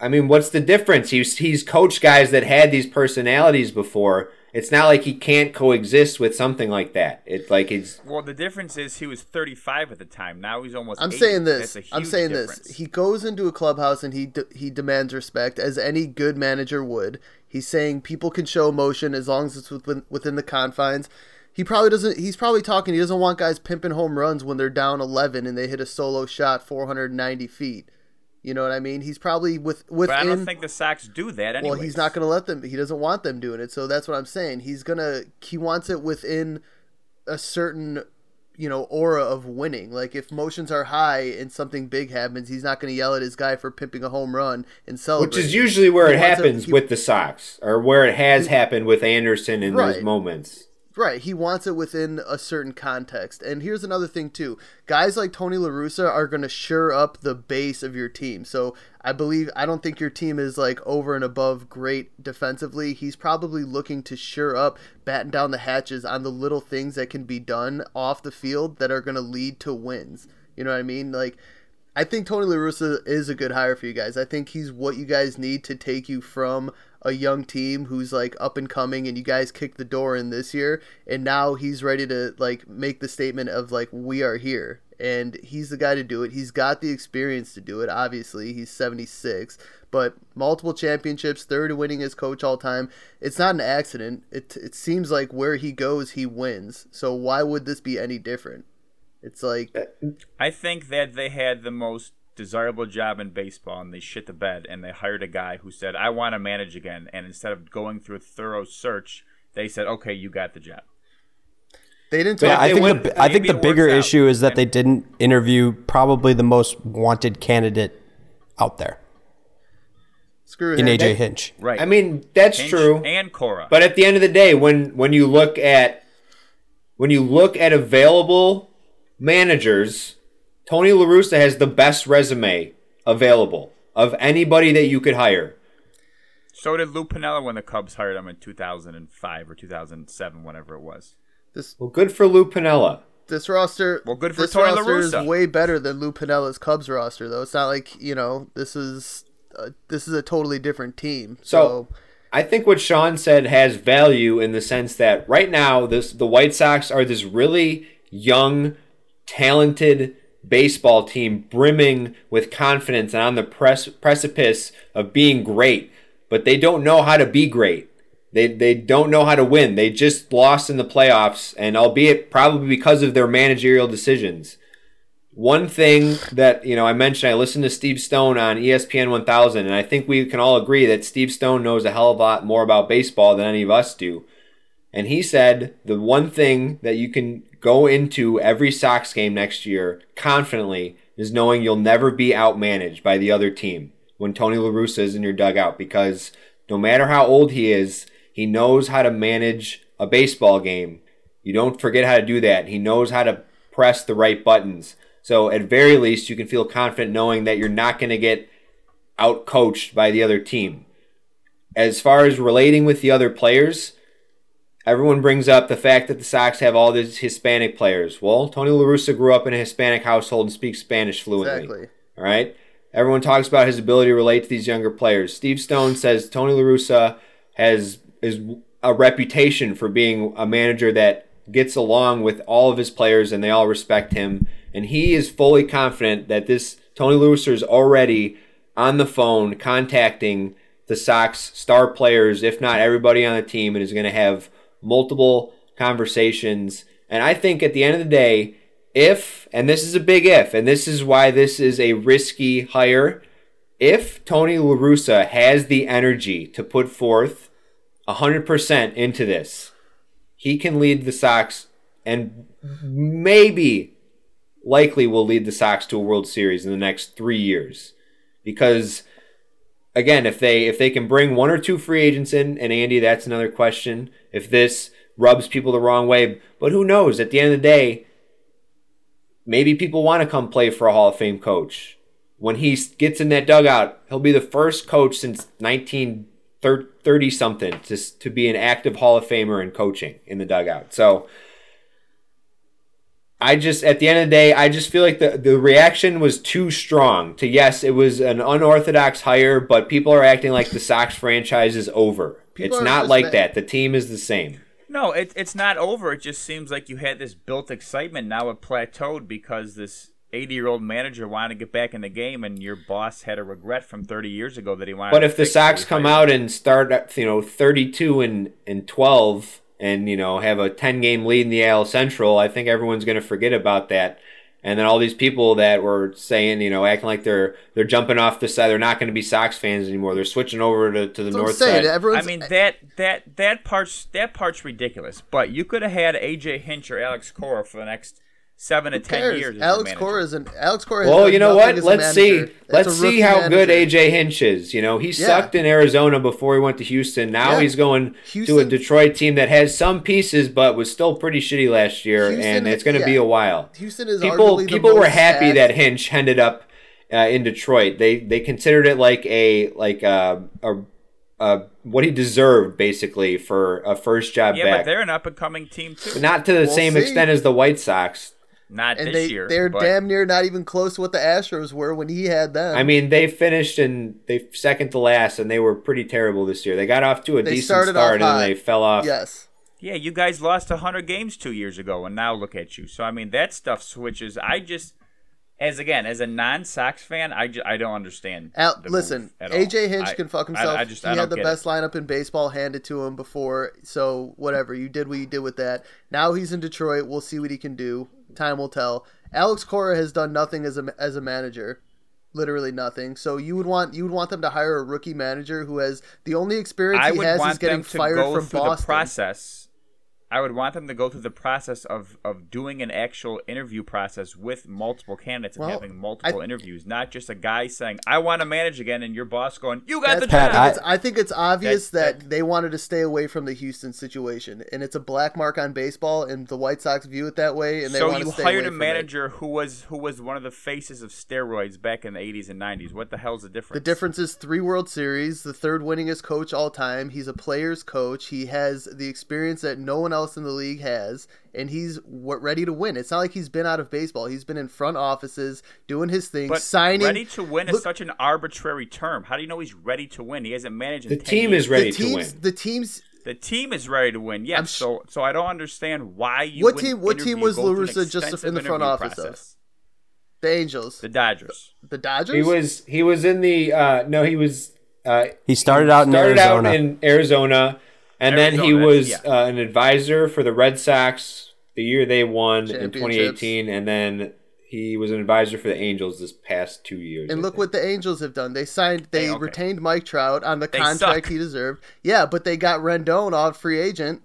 C: I mean, what's the difference? He's he's coached guys that had these personalities before. It's not like he can't coexist with something like that. It's like he's
F: Well, the difference is he was 35 at the time. Now he's almost.
D: I'm
F: 80.
D: saying
F: That's
D: this.
F: a huge
D: I'm saying
F: difference.
D: this. He goes into a clubhouse and he de- he demands respect, as any good manager would. He's saying people can show emotion as long as it's within within the confines. He probably doesn't. He's probably talking. He doesn't want guys pimping home runs when they're down 11 and they hit a solo shot 490 feet. You know what I mean? He's probably with within.
F: but I don't think the Sox do that anyway.
D: Well, he's not going to let them. He doesn't want them doing it. So that's what I'm saying. He's gonna. He wants it within a certain, you know, aura of winning. Like if motions are high and something big happens, he's not going to yell at his guy for pimping a home run and celebrate.
C: which is usually where it
D: wants to-
C: happens
D: he-
C: with the Sox or where it has happened with Anderson in those
D: Right.
C: moments.
D: Right, he wants it within a certain context. And here's another thing too. Guys like Tony La Russa are going to sure up the base of your team. So, I believe I don't think your team is like over and above great defensively. He's probably looking to sure up batten down the hatches on the little things that can be done off the field that are going to lead to wins. You know what I mean? Like I think Tony La Russa is a good hire for you guys. I think he's what you guys need to take you from a young team who's like up and coming and you guys kicked the door in this year and now he's ready to like make the statement of like we are here and he's the guy to do it. He's got the experience to do it. Obviously, he's 76, but multiple championships, third winning as coach all time. It's not an accident. It it seems like where he goes, he wins. So why would this be any different? It's like
F: I think that they had the most desirable job in baseball and they shit the bed and they hired a guy who said, I want to manage again. And instead of going through a thorough search, they said, okay, you got the job.
D: they didn't
E: Yeah,
D: talk.
E: I
C: they
E: think
C: went-
E: the, I think
F: maybe
E: the
F: it
E: bigger
F: works out.
E: issue is that they didn't interview probably the most wanted candidate out there
D: Screw
E: in
D: him.
E: AJ Hinch.
F: Right.
C: I mean, that's
F: Hinch
C: true.
F: And Cora.
C: But at the end of the day, when when you look at when you look at available managers, Tony La Russa has the best resume available of anybody that you could hire.
F: so did Lou Pinella when the Cubs hired him in 2005 or 2007, whenever it was.
D: This
C: Well, good for Lou Pinella.
D: this roster.
F: Well, good for
D: this
F: Tony La
D: roster is
F: Russa.
D: way better than Lou Pinella's Cubs roster, though. It's not like you know this is uh, this is a totally different team.
C: So-
D: So,
C: I think what Sean said has value in the sense that right now this the White Sox are this really young, talented baseball team brimming with confidence and on the pres- precipice of being great, but they don't know how to be great. They they don't know how to win. They just lost in the playoffs and albeit probably because of their managerial decisions. One thing that you know, I mentioned I listened to Steve Stone on E ESPN 1000, and I think we can all agree that Steve Stone knows a hell of a lot more about baseball than any of us do. And he said the one thing that you can go into every Sox game next year confidently is knowing you'll never be outmanaged by the other team when Tony La Russa is in your dugout because no matter how old he is, he knows how to manage a baseball game. You don't forget how to do that. He knows how to press the right buttons. So at very least, you can feel confident knowing that you're not going to get outcoached by the other team. As far as relating with the other players, everyone brings up the fact that the Sox have all these Hispanic players. Well, Tony La Russa grew up in a Hispanic household and speaks Spanish fluently.
D: exactly.
C: All right. Everyone talks about his ability to relate to these younger players. Steve Stone says Tony La Russa has is a reputation for being a manager that gets along with all of his players and they all respect him. And he is fully confident that this Tony La Russa is already on the phone contacting the Sox star players, if not everybody on the team, and is going to have multiple conversations. And I think at the end of the day, if, and this is a big if, and this is why this is a risky hire, if Tony La Russa has the energy to put forth 100% into this, he can lead the Sox and maybe, likely will lead the Sox to a World Series in the next three years. Because again, if they if they can bring one or two free agents in, and Andy, that's another question. If this rubs people the wrong way, but who knows? At the end of the day, maybe people want to come play for a Hall of Fame coach. When he s- gets in that dugout, he'll be the first coach since 1930 something to s- to be an active Hall of Famer in coaching in the dugout. So. I just at the end of the day, I just feel like the, the reaction was too strong to yes, it was an unorthodox hire, but people are acting like the Sox franchise is over.
D: People
C: it's
D: are
C: not
D: just
C: like
D: mad.
C: that. The team is the same.
F: No, it, it's not over. It just seems like you had this built excitement. Now it plateaued because this 80 year old manager wanted to get back in the game, and your boss had a regret from 30 years ago that he wanted.
C: But
F: to
C: if the
F: fix it,
C: Sox
F: he
C: come
F: hired-
C: out and start at, you know, thirty two and, and twelve and, you know, have a ten game lead in the AL Central, I think everyone's gonna forget about that. And then all these people that were saying, you know, acting like they're they're jumping off the side, they're not gonna be Sox fans anymore. They're switching over to, to the
D: That's what I'm
C: north
D: saying.
C: side.
F: I
D: Everyone's
F: mean that that that part's that part's ridiculous. But you could have had AJ Hinch or Alex Cora for the next seven to
D: who
F: ten
D: cares?
F: years. as your
D: Alex
F: manager.
D: Cora is an Alex Cora. has
C: Well,
D: done
C: you know
D: nothing
C: what?
D: as a
C: Let's see.
D: manager.
C: Let's
D: That's a rookie
C: see how good
D: manager.
C: AJ Hinch is. You know, he
D: Yeah.
C: sucked in Arizona before he went to Houston. Now
D: Yeah.
C: he's going to a
D: Houston-
C: Detroit team that has some pieces, but was still pretty shitty last year,
D: Houston-
C: and it's going to be
D: yeah.
C: a while.
D: Houston is
C: People
D: arguably the
C: people were
D: most
C: happy
D: stacked-
C: that Hinch ended up uh, in Detroit. They they considered it like a like a, a, a what he deserved basically for a first job
F: Yeah, but
C: back,
F: they're an up and coming team too.
C: but not to the
D: We'll
C: same
D: see.
C: extent as the White Sox.
F: Not
D: and
F: this
D: they
F: year.
D: they're
F: but
D: damn near not even close to what the Astros were when he had them.
C: I mean, they finished in they second to last, and they were pretty terrible this year. They got off to a
D: They
C: decent
D: started
C: start,
D: off
C: and then
D: hot.
C: they fell off.
D: yes,
F: Yeah, you guys lost 100 games two years ago, and now look at you. So, I mean, that stuff switches. I just, as again, as a non Sox fan, I, ju- I don't understand.
D: Al,
F: the move
D: listen,
F: at all.
D: AJ Hinch
F: I-
D: can fuck
F: I-
D: himself.
F: I just- I
D: he
F: don't
D: had the
F: get
D: best lineup in baseball handed to him before, so whatever. You did what you did with that. Now he's in Detroit. We'll see what he can do. Time will tell. Alex Cora has done nothing as a as a manager, literally nothing. So you would want you would want them to hire a rookie manager who has the only experience
F: I
D: he
F: would
D: has
F: want
D: is getting
F: them to
D: fired
F: go
D: from
F: through the
D: Boston.
F: process. I would want them to go through the process of, of doing an actual interview process with multiple candidates and
D: Well,
F: having multiple interviews, not just a guy saying, "I want to manage again," and your boss going, "You
D: That's-
F: got the
E: Pat,
F: job."
D: I, think it's,
E: I-
D: I think it's obvious
F: That-
D: that, they wanted to stay away from the Houston situation, and it's a black mark on baseball. And the White Sox view it that way, and they
F: so
D: want
F: you
D: to stay away
F: hired a
D: from it.
F: manager who was who was one of the faces of steroids back in the 80s and 90s. What the hell's the difference?
D: The difference is three World Series, the third winningest coach all time. He's a player's coach. He has the experience that no one else in the league has, and he's w- ready to win. It's not like he's been out of baseball. He's been in front offices doing his thing,
F: but
D: signing.
F: ready to win is
D: Look-
F: such an arbitrary term. How do you know he's ready to win? He hasn't managed. in
C: The
F: 10
C: team
F: years.
C: is ready
D: the
C: to
D: teams,
C: win.
D: the teams.
F: The team is ready to win.
D: I'm
F: Yes.
D: sh-
F: so, so I don't understand why you.
D: What
F: wouldn't
D: team- what team
F: interview-
D: was
F: go through an
D: LaRussa just
F: extensive
D: in the front
F: interview
D: office of?
F: process.
D: The Angels,
F: The
D: the,
F: Dodgers.
D: Dodgers.
C: He was he was in the uh, no he was uh,
E: He started out in
C: started
E: Arizona.
C: out in Arizona, and then he
F: Arizona,
C: was
F: yeah.
C: uh, an advisor for the Red Sox the year they won in
D: Championships.
C: 2018, and then he was an advisor for the Angels this past two years.
D: And
C: I
D: look
C: think.
D: what the Angels have done. They signed, they
F: Hey, okay.
D: retained Mike Trout on the
F: They
D: contract
F: suck.
D: he deserved. Yeah, but they got Rendon off free agent.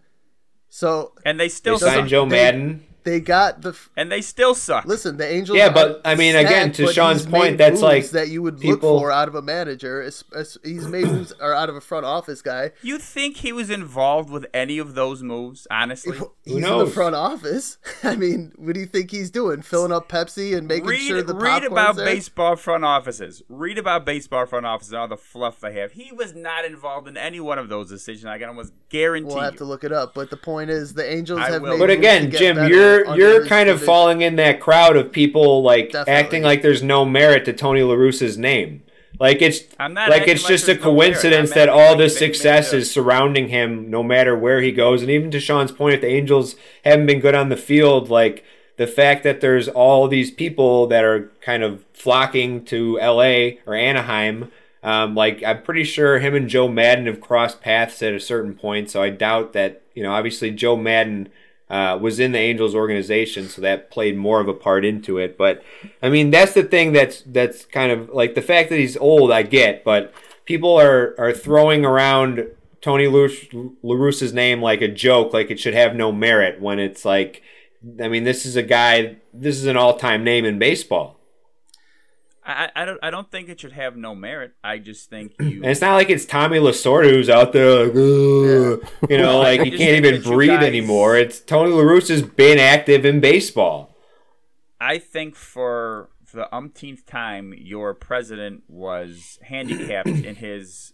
D: So
F: And they
C: they
F: still
C: signed
F: suck.
C: Joe
D: they-
C: Madden.
D: they got the f-
F: and they still suck.
D: Listen, the Angels.
C: Yeah, but,
D: are
C: I mean, again,
D: stacked,
C: to
D: but
C: Sean's
D: he's
C: point,
D: made
C: that's
D: moves
C: like
D: that you would
C: people-
D: look for out of a manager. As, as he's made moves or out of a front office guy.
F: you think he was involved with any of those moves? Honestly,
D: He's in
C: knows?
D: the front office. *laughs* I mean, what do you think he's doing? Filling up Pepsi and making
F: read
D: sure the
F: read
D: popcorn's
F: about
D: there?
F: baseball front offices. Read about baseball front offices and all the fluff they have. He was not involved in any one of those decisions. I can almost guarantee
D: We'll have
F: you.
D: to look it up. But the point is, the Angels
F: I
D: have
F: will.
D: made.
C: But
D: moves to
C: again,
D: get
C: Jim,
D: better
C: you're
D: under
C: you're
D: this
C: kind of
D: division.
C: falling in that crowd of people like
D: Definitely.
C: acting like there's no merit to Tony La Russa's name. Like it's
F: I'm not
C: like
F: acting
C: it's
F: like
C: just a
F: there's no merit.
C: coincidence
F: I'm
C: that
F: acting
C: all
F: like
C: this
F: they made
C: success
F: it up.
C: is surrounding him no matter where he goes. And even to Sean's point, if the Angels haven't been good on the field, like the fact that there's all these people that are kind of flocking to LA or Anaheim, um, like I'm pretty sure him and Joe Madden have crossed paths at a certain point. So I doubt that, you know, obviously Joe Madden uh, was in the Angels organization, so that played more of a part into it. But I mean, that's the thing that's that's kind of like the fact that he's old, I get, but people are are throwing around Tony LaRusse's name like a joke, like it should have no merit. When it's like, I mean, this is a guy, this is an all time name in baseball,
F: I, I I don't I don't think it should have no merit. I
C: *clears throat*
F: just think you
C: and it's not like it's Tommy Lasorda who's out there, like, "Ugh," you know, like
F: I
C: he
F: just
C: can't
F: think
C: even
F: that you
C: breathe
F: guys-
C: anymore. It's Tony LaRusse's been active in baseball.
F: I think for for the umpteenth time, your president was handicapped in his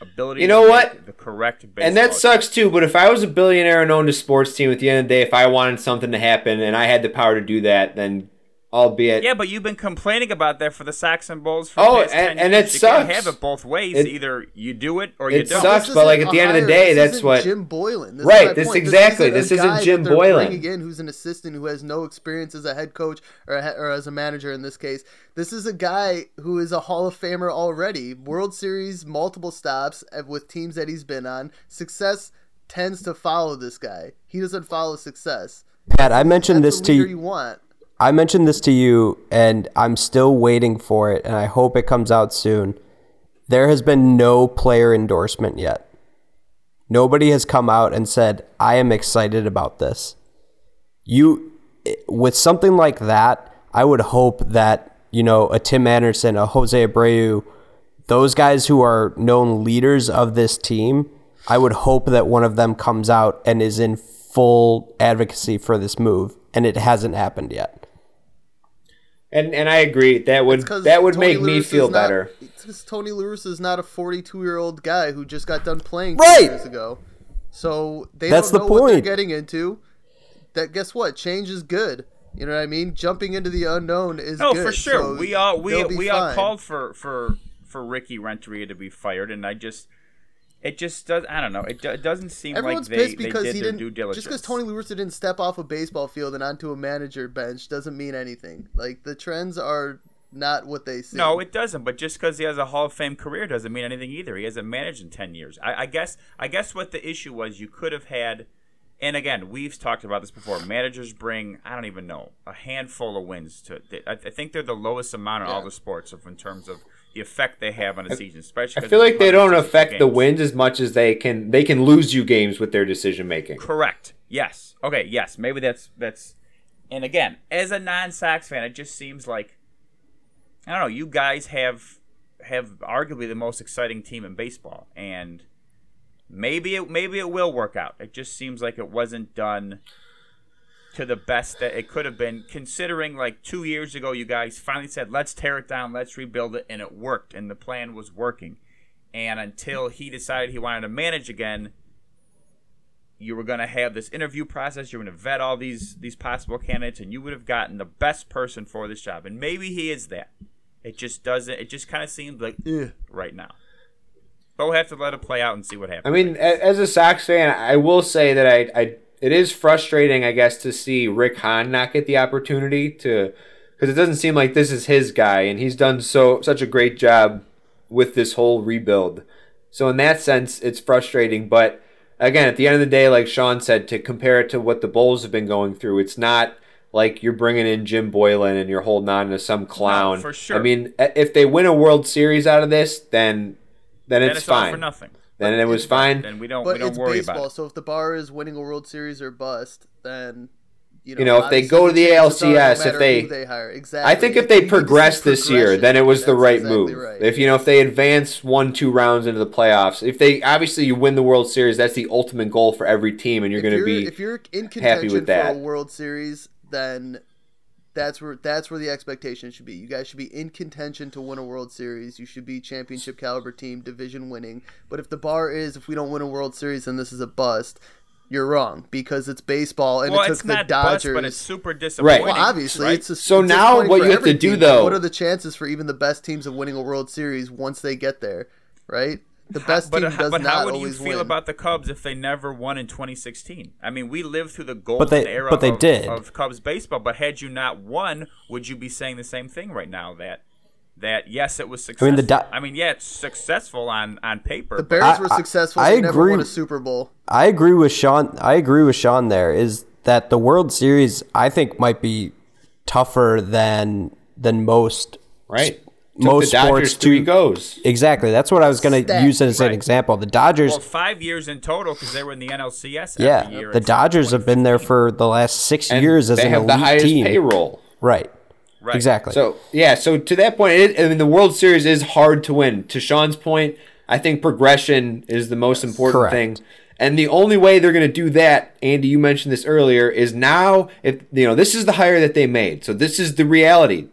F: ability.
C: You
F: to
C: know
F: make
C: what?
F: The correct. Baseball
C: And that
F: choice.
C: sucks too. But if I was a billionaire and owned a sports team, at the end of the day, if I wanted something to happen and I had the power to do that, then albeit
F: Yeah, but you've been complaining about that for the Sox and Bulls for
C: Oh,
F: the past
C: and-
F: 10
C: and it
F: years. you can't
C: sucks.
F: have it both ways.
C: It-
F: Either you do it or you
C: it
F: don't.
C: sucks,
D: This
C: but like
D: isn't
C: at the end of the
D: a
C: day,
D: hire. This
C: that's
D: isn't
C: what-
D: Jim Boylan. This
C: Right,
D: Is my
C: this
D: point.
C: exactly.
D: This,
C: This
D: isn't, a
C: isn't
D: guy
C: Jim
D: that they're
C: Boylan.
D: bringing in who's an assistant who has no experience as a head coach or, a, he- or as a manager in this case. This is a guy who is a Hall of Famer already. World Series, multiple stops uh, with teams that he's been on. Success tends to follow this guy. He doesn't follow success.
E: Pat, I mentioned
D: That's the
E: this to
D: leader you
E: you.
D: want.
E: I mentioned this to you, and I'm still waiting for it, and I hope it comes out soon. There has been no player endorsement yet. Nobody has come out and said, I am excited about this. You, with something like that, I would hope that, you know, a Tim Anderson, a Jose Abreu, those guys who are known leaders of this team, I would hope that one of them comes out and is in full advocacy for this move, and it hasn't happened yet.
C: and and I agree that would
D: 'Cause
C: that would
D: Tony
C: make me
D: LaRusse is
C: feel
D: not-
C: better.
D: It's because Tony LaRusse is not a 42 year old guy who just got done playing
E: Right.
D: two years ago. So they
E: That's
D: don't
E: the
D: know what they're
E: point.
D: getting into. That guess what? Change is good. You know what I mean? Jumping into the unknown is
F: No,
D: good,
F: for sure.
D: so
F: we all we
D: they'll be
F: we all
D: fine.
F: called for for for Ricky Renteria to be fired, and I just It just does. I don't know. It, do, it doesn't seem
D: Everyone's
F: like they,
D: pissed because
F: they did
D: he
F: their
D: didn't.
F: due diligence.
D: Just because Tony La Russa didn't step off a baseball field and onto a manager bench doesn't mean anything. Like the trends are not what they seem.
F: No, it doesn't. But just because he has a Hall of Fame career doesn't mean anything either. He hasn't managed in ten years. I, I guess. I guess what the issue was, you could have had. And again, we've talked about this before. Managers bring I don't even know a handful of wins to. They, I, I think they're the lowest amount in all the sports of in terms of the effect they have on a season.
C: I
F: Especially, 'cause
C: feel
F: it's
C: like they don't
F: 160
C: affect the
F: games.
C: wins as much as they can. They can lose you games with their decision making.
F: Correct. Yes. Okay. Yes. Maybe that's that's. And again, as a non-Sox fan, it just seems like I don't know. You guys have have arguably the most exciting team in baseball, and maybe it maybe it will work out. It just seems like it wasn't done to the best that it could have been, considering like two years ago, you guys finally said, "Let's tear it down, let's rebuild it," and it worked, and the plan was working. And until he decided he wanted to manage again, you were going to have this interview process. You were going to vet all these these possible candidates, and you would have gotten the best person for this job. And maybe he is that. It just doesn't. It just kind of seems like Ugh, right now. But we'll have to let it play out and see what happens.
C: I mean, a- as a Sox fan, I will say that I, I it is frustrating, I guess, to see Rick Hahn not get the opportunity to, because it doesn't seem like this is his guy, and he's done so such a great job with this whole rebuild. So in that sense, it's frustrating. But again, at the end of the day, like Sean said, to compare it to what the Bulls have been going through, it's not like you're bringing in Jim Boylan and you're holding on to some clown.
F: for sure.
C: I mean, i- if they win a World Series out of this, then then,
F: then
C: it's,
F: it's, all
C: fine.
F: for nothing.
C: Then it was fine.
F: Then we don't we
D: but
F: don't
D: it's
F: worry
D: baseball.
F: about it.
D: So if the bar is winning a World Series or bust, then you know,
C: You know, if they
D: obviously
C: go to the
D: chances are no
C: ALCS, if
D: matter
C: they-
D: who they hire exactly.
C: I think if
D: You
C: they
D: need to see
C: progressed this year,
D: progression.
C: then it was the
D: That's
C: right
D: exactly
C: move.
D: right.
C: If you know, if they advance one, two rounds into the playoffs, if they obviously you win the World Series, that's the ultimate goal for every team, and you're
D: If
C: going to be
D: if you're in contention
C: happy with that.
D: for a World Series, then that's where that's where the expectation should be. You guys should be in contention to win a World Series. You should be championship caliber team, division winning. But if the bar is if we don't win a World Series then this is a bust, you're wrong because it's baseball and
F: Well,
D: it took
F: it's
D: the
F: not bust,
D: Dodgers.
F: but it's super disappointing.
D: well, obviously,
F: right?
D: it's a,
C: So
D: it's
C: now
D: disappointing
C: what
D: for
C: you have to
D: every
C: do,
D: team,
C: though-
D: but What are the chances for even the best teams of winning a World Series once they get there? Right, the best
F: but,
D: team
F: how-
D: does
F: but
D: not
F: how would you
D: always
F: feel
D: win.
F: about the Cubs if they never won in 2016? I mean, we lived through the golden
E: But they-
F: era
E: but they
F: of,
E: did.
F: of Cubs baseball. But had you not won, would you be saying the same thing right now? That that yes, it was successful.
E: mean, the di-
F: I mean, yeah, it's successful on on paper.
D: the
F: but
D: Bears
E: I-
D: were
E: I-
D: successful.
E: I
D: they never
E: agree.
D: won a Super Bowl.
E: I agree with Sean. I agree with Sean. There is that the World Series I think might be tougher than than most
C: right. Took
E: most
C: the Dodgers
E: sports
C: three
E: to-
C: goes.
E: Exactly. That's what I was going to
D: Stats.
E: use as an
F: Right.
E: example. The Dodgers,
F: well, five years in total because they were in the NLCS. every
E: yeah,
F: year
E: the
F: at some
E: Dodgers
F: point.
E: have been there for the last six
C: And
E: years as
C: they
E: an
C: have
E: elite
C: the highest
E: team.
C: payroll.
E: Right.
F: Right.
E: Exactly.
C: So yeah, so to that point, it, I mean, the World Series is hard to win. To Sean's point, I think progression is the most important
E: Correct.
C: thing. And the only way they're going to do that, Andy, you mentioned this earlier, is now if you know this is the hire that they made. So this is the reality.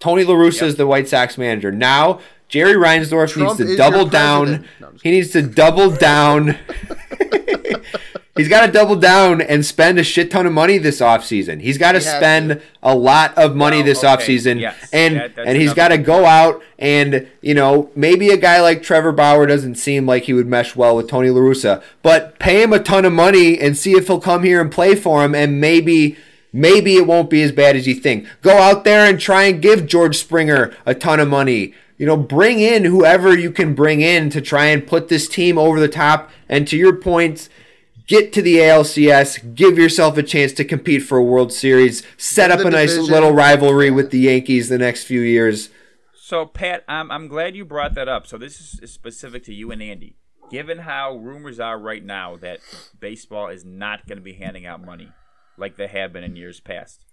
C: Tony La Russa is the White Sox manager now. Jerry Reinsdorf
D: Trump
C: needs to
D: is
C: double
D: your
C: down.
D: president. No, I'm just
C: he needs to double down. *laughs* He's got to double down and spend a shit ton of money this offseason. He's got to
D: has
C: spend a lot of money
F: Well,
C: this
F: Oh, okay,
C: offseason.
F: yes.
C: And
F: That- that's
C: and he's got
F: another-
C: to go out and, you know, maybe a guy like Trevor Bauer doesn't seem like he would mesh well with Tony La Russa, but pay him a ton of money and see if he'll come here and play for him and maybe maybe it won't be as bad as you think. Go out there and try and give George Springer a ton of money. You know, bring in whoever you can bring in to try and put this team over the top. And to your points, get to the ALCS, give yourself a chance to compete for a World Series, set up
D: the
C: a nice
D: division.
C: little rivalry with the Yankees the next few years.
F: So, Pat, I'm, I'm glad you brought that up. So, this is specific to you and Andy. Given how rumors are right now that baseball is not going to be handing out money like they have been in years past,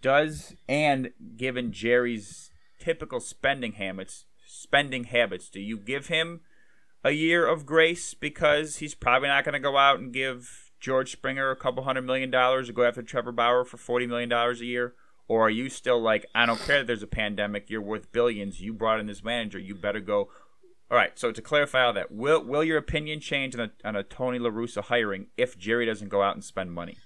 F: does and given Jerry's typical spending habits, spending habits, do you give him a year of grace because he's probably not going to go out and give George Springer a couple hundred million dollars or go after Trevor Bauer for forty million dollars a year? Or are you still like, I don't care that there's a pandemic, you're worth billions, you brought in this manager, you better go. All right, so to clarify all that, will will your opinion change on a, on a Tony La Russa hiring if Jerry doesn't go out and spend money?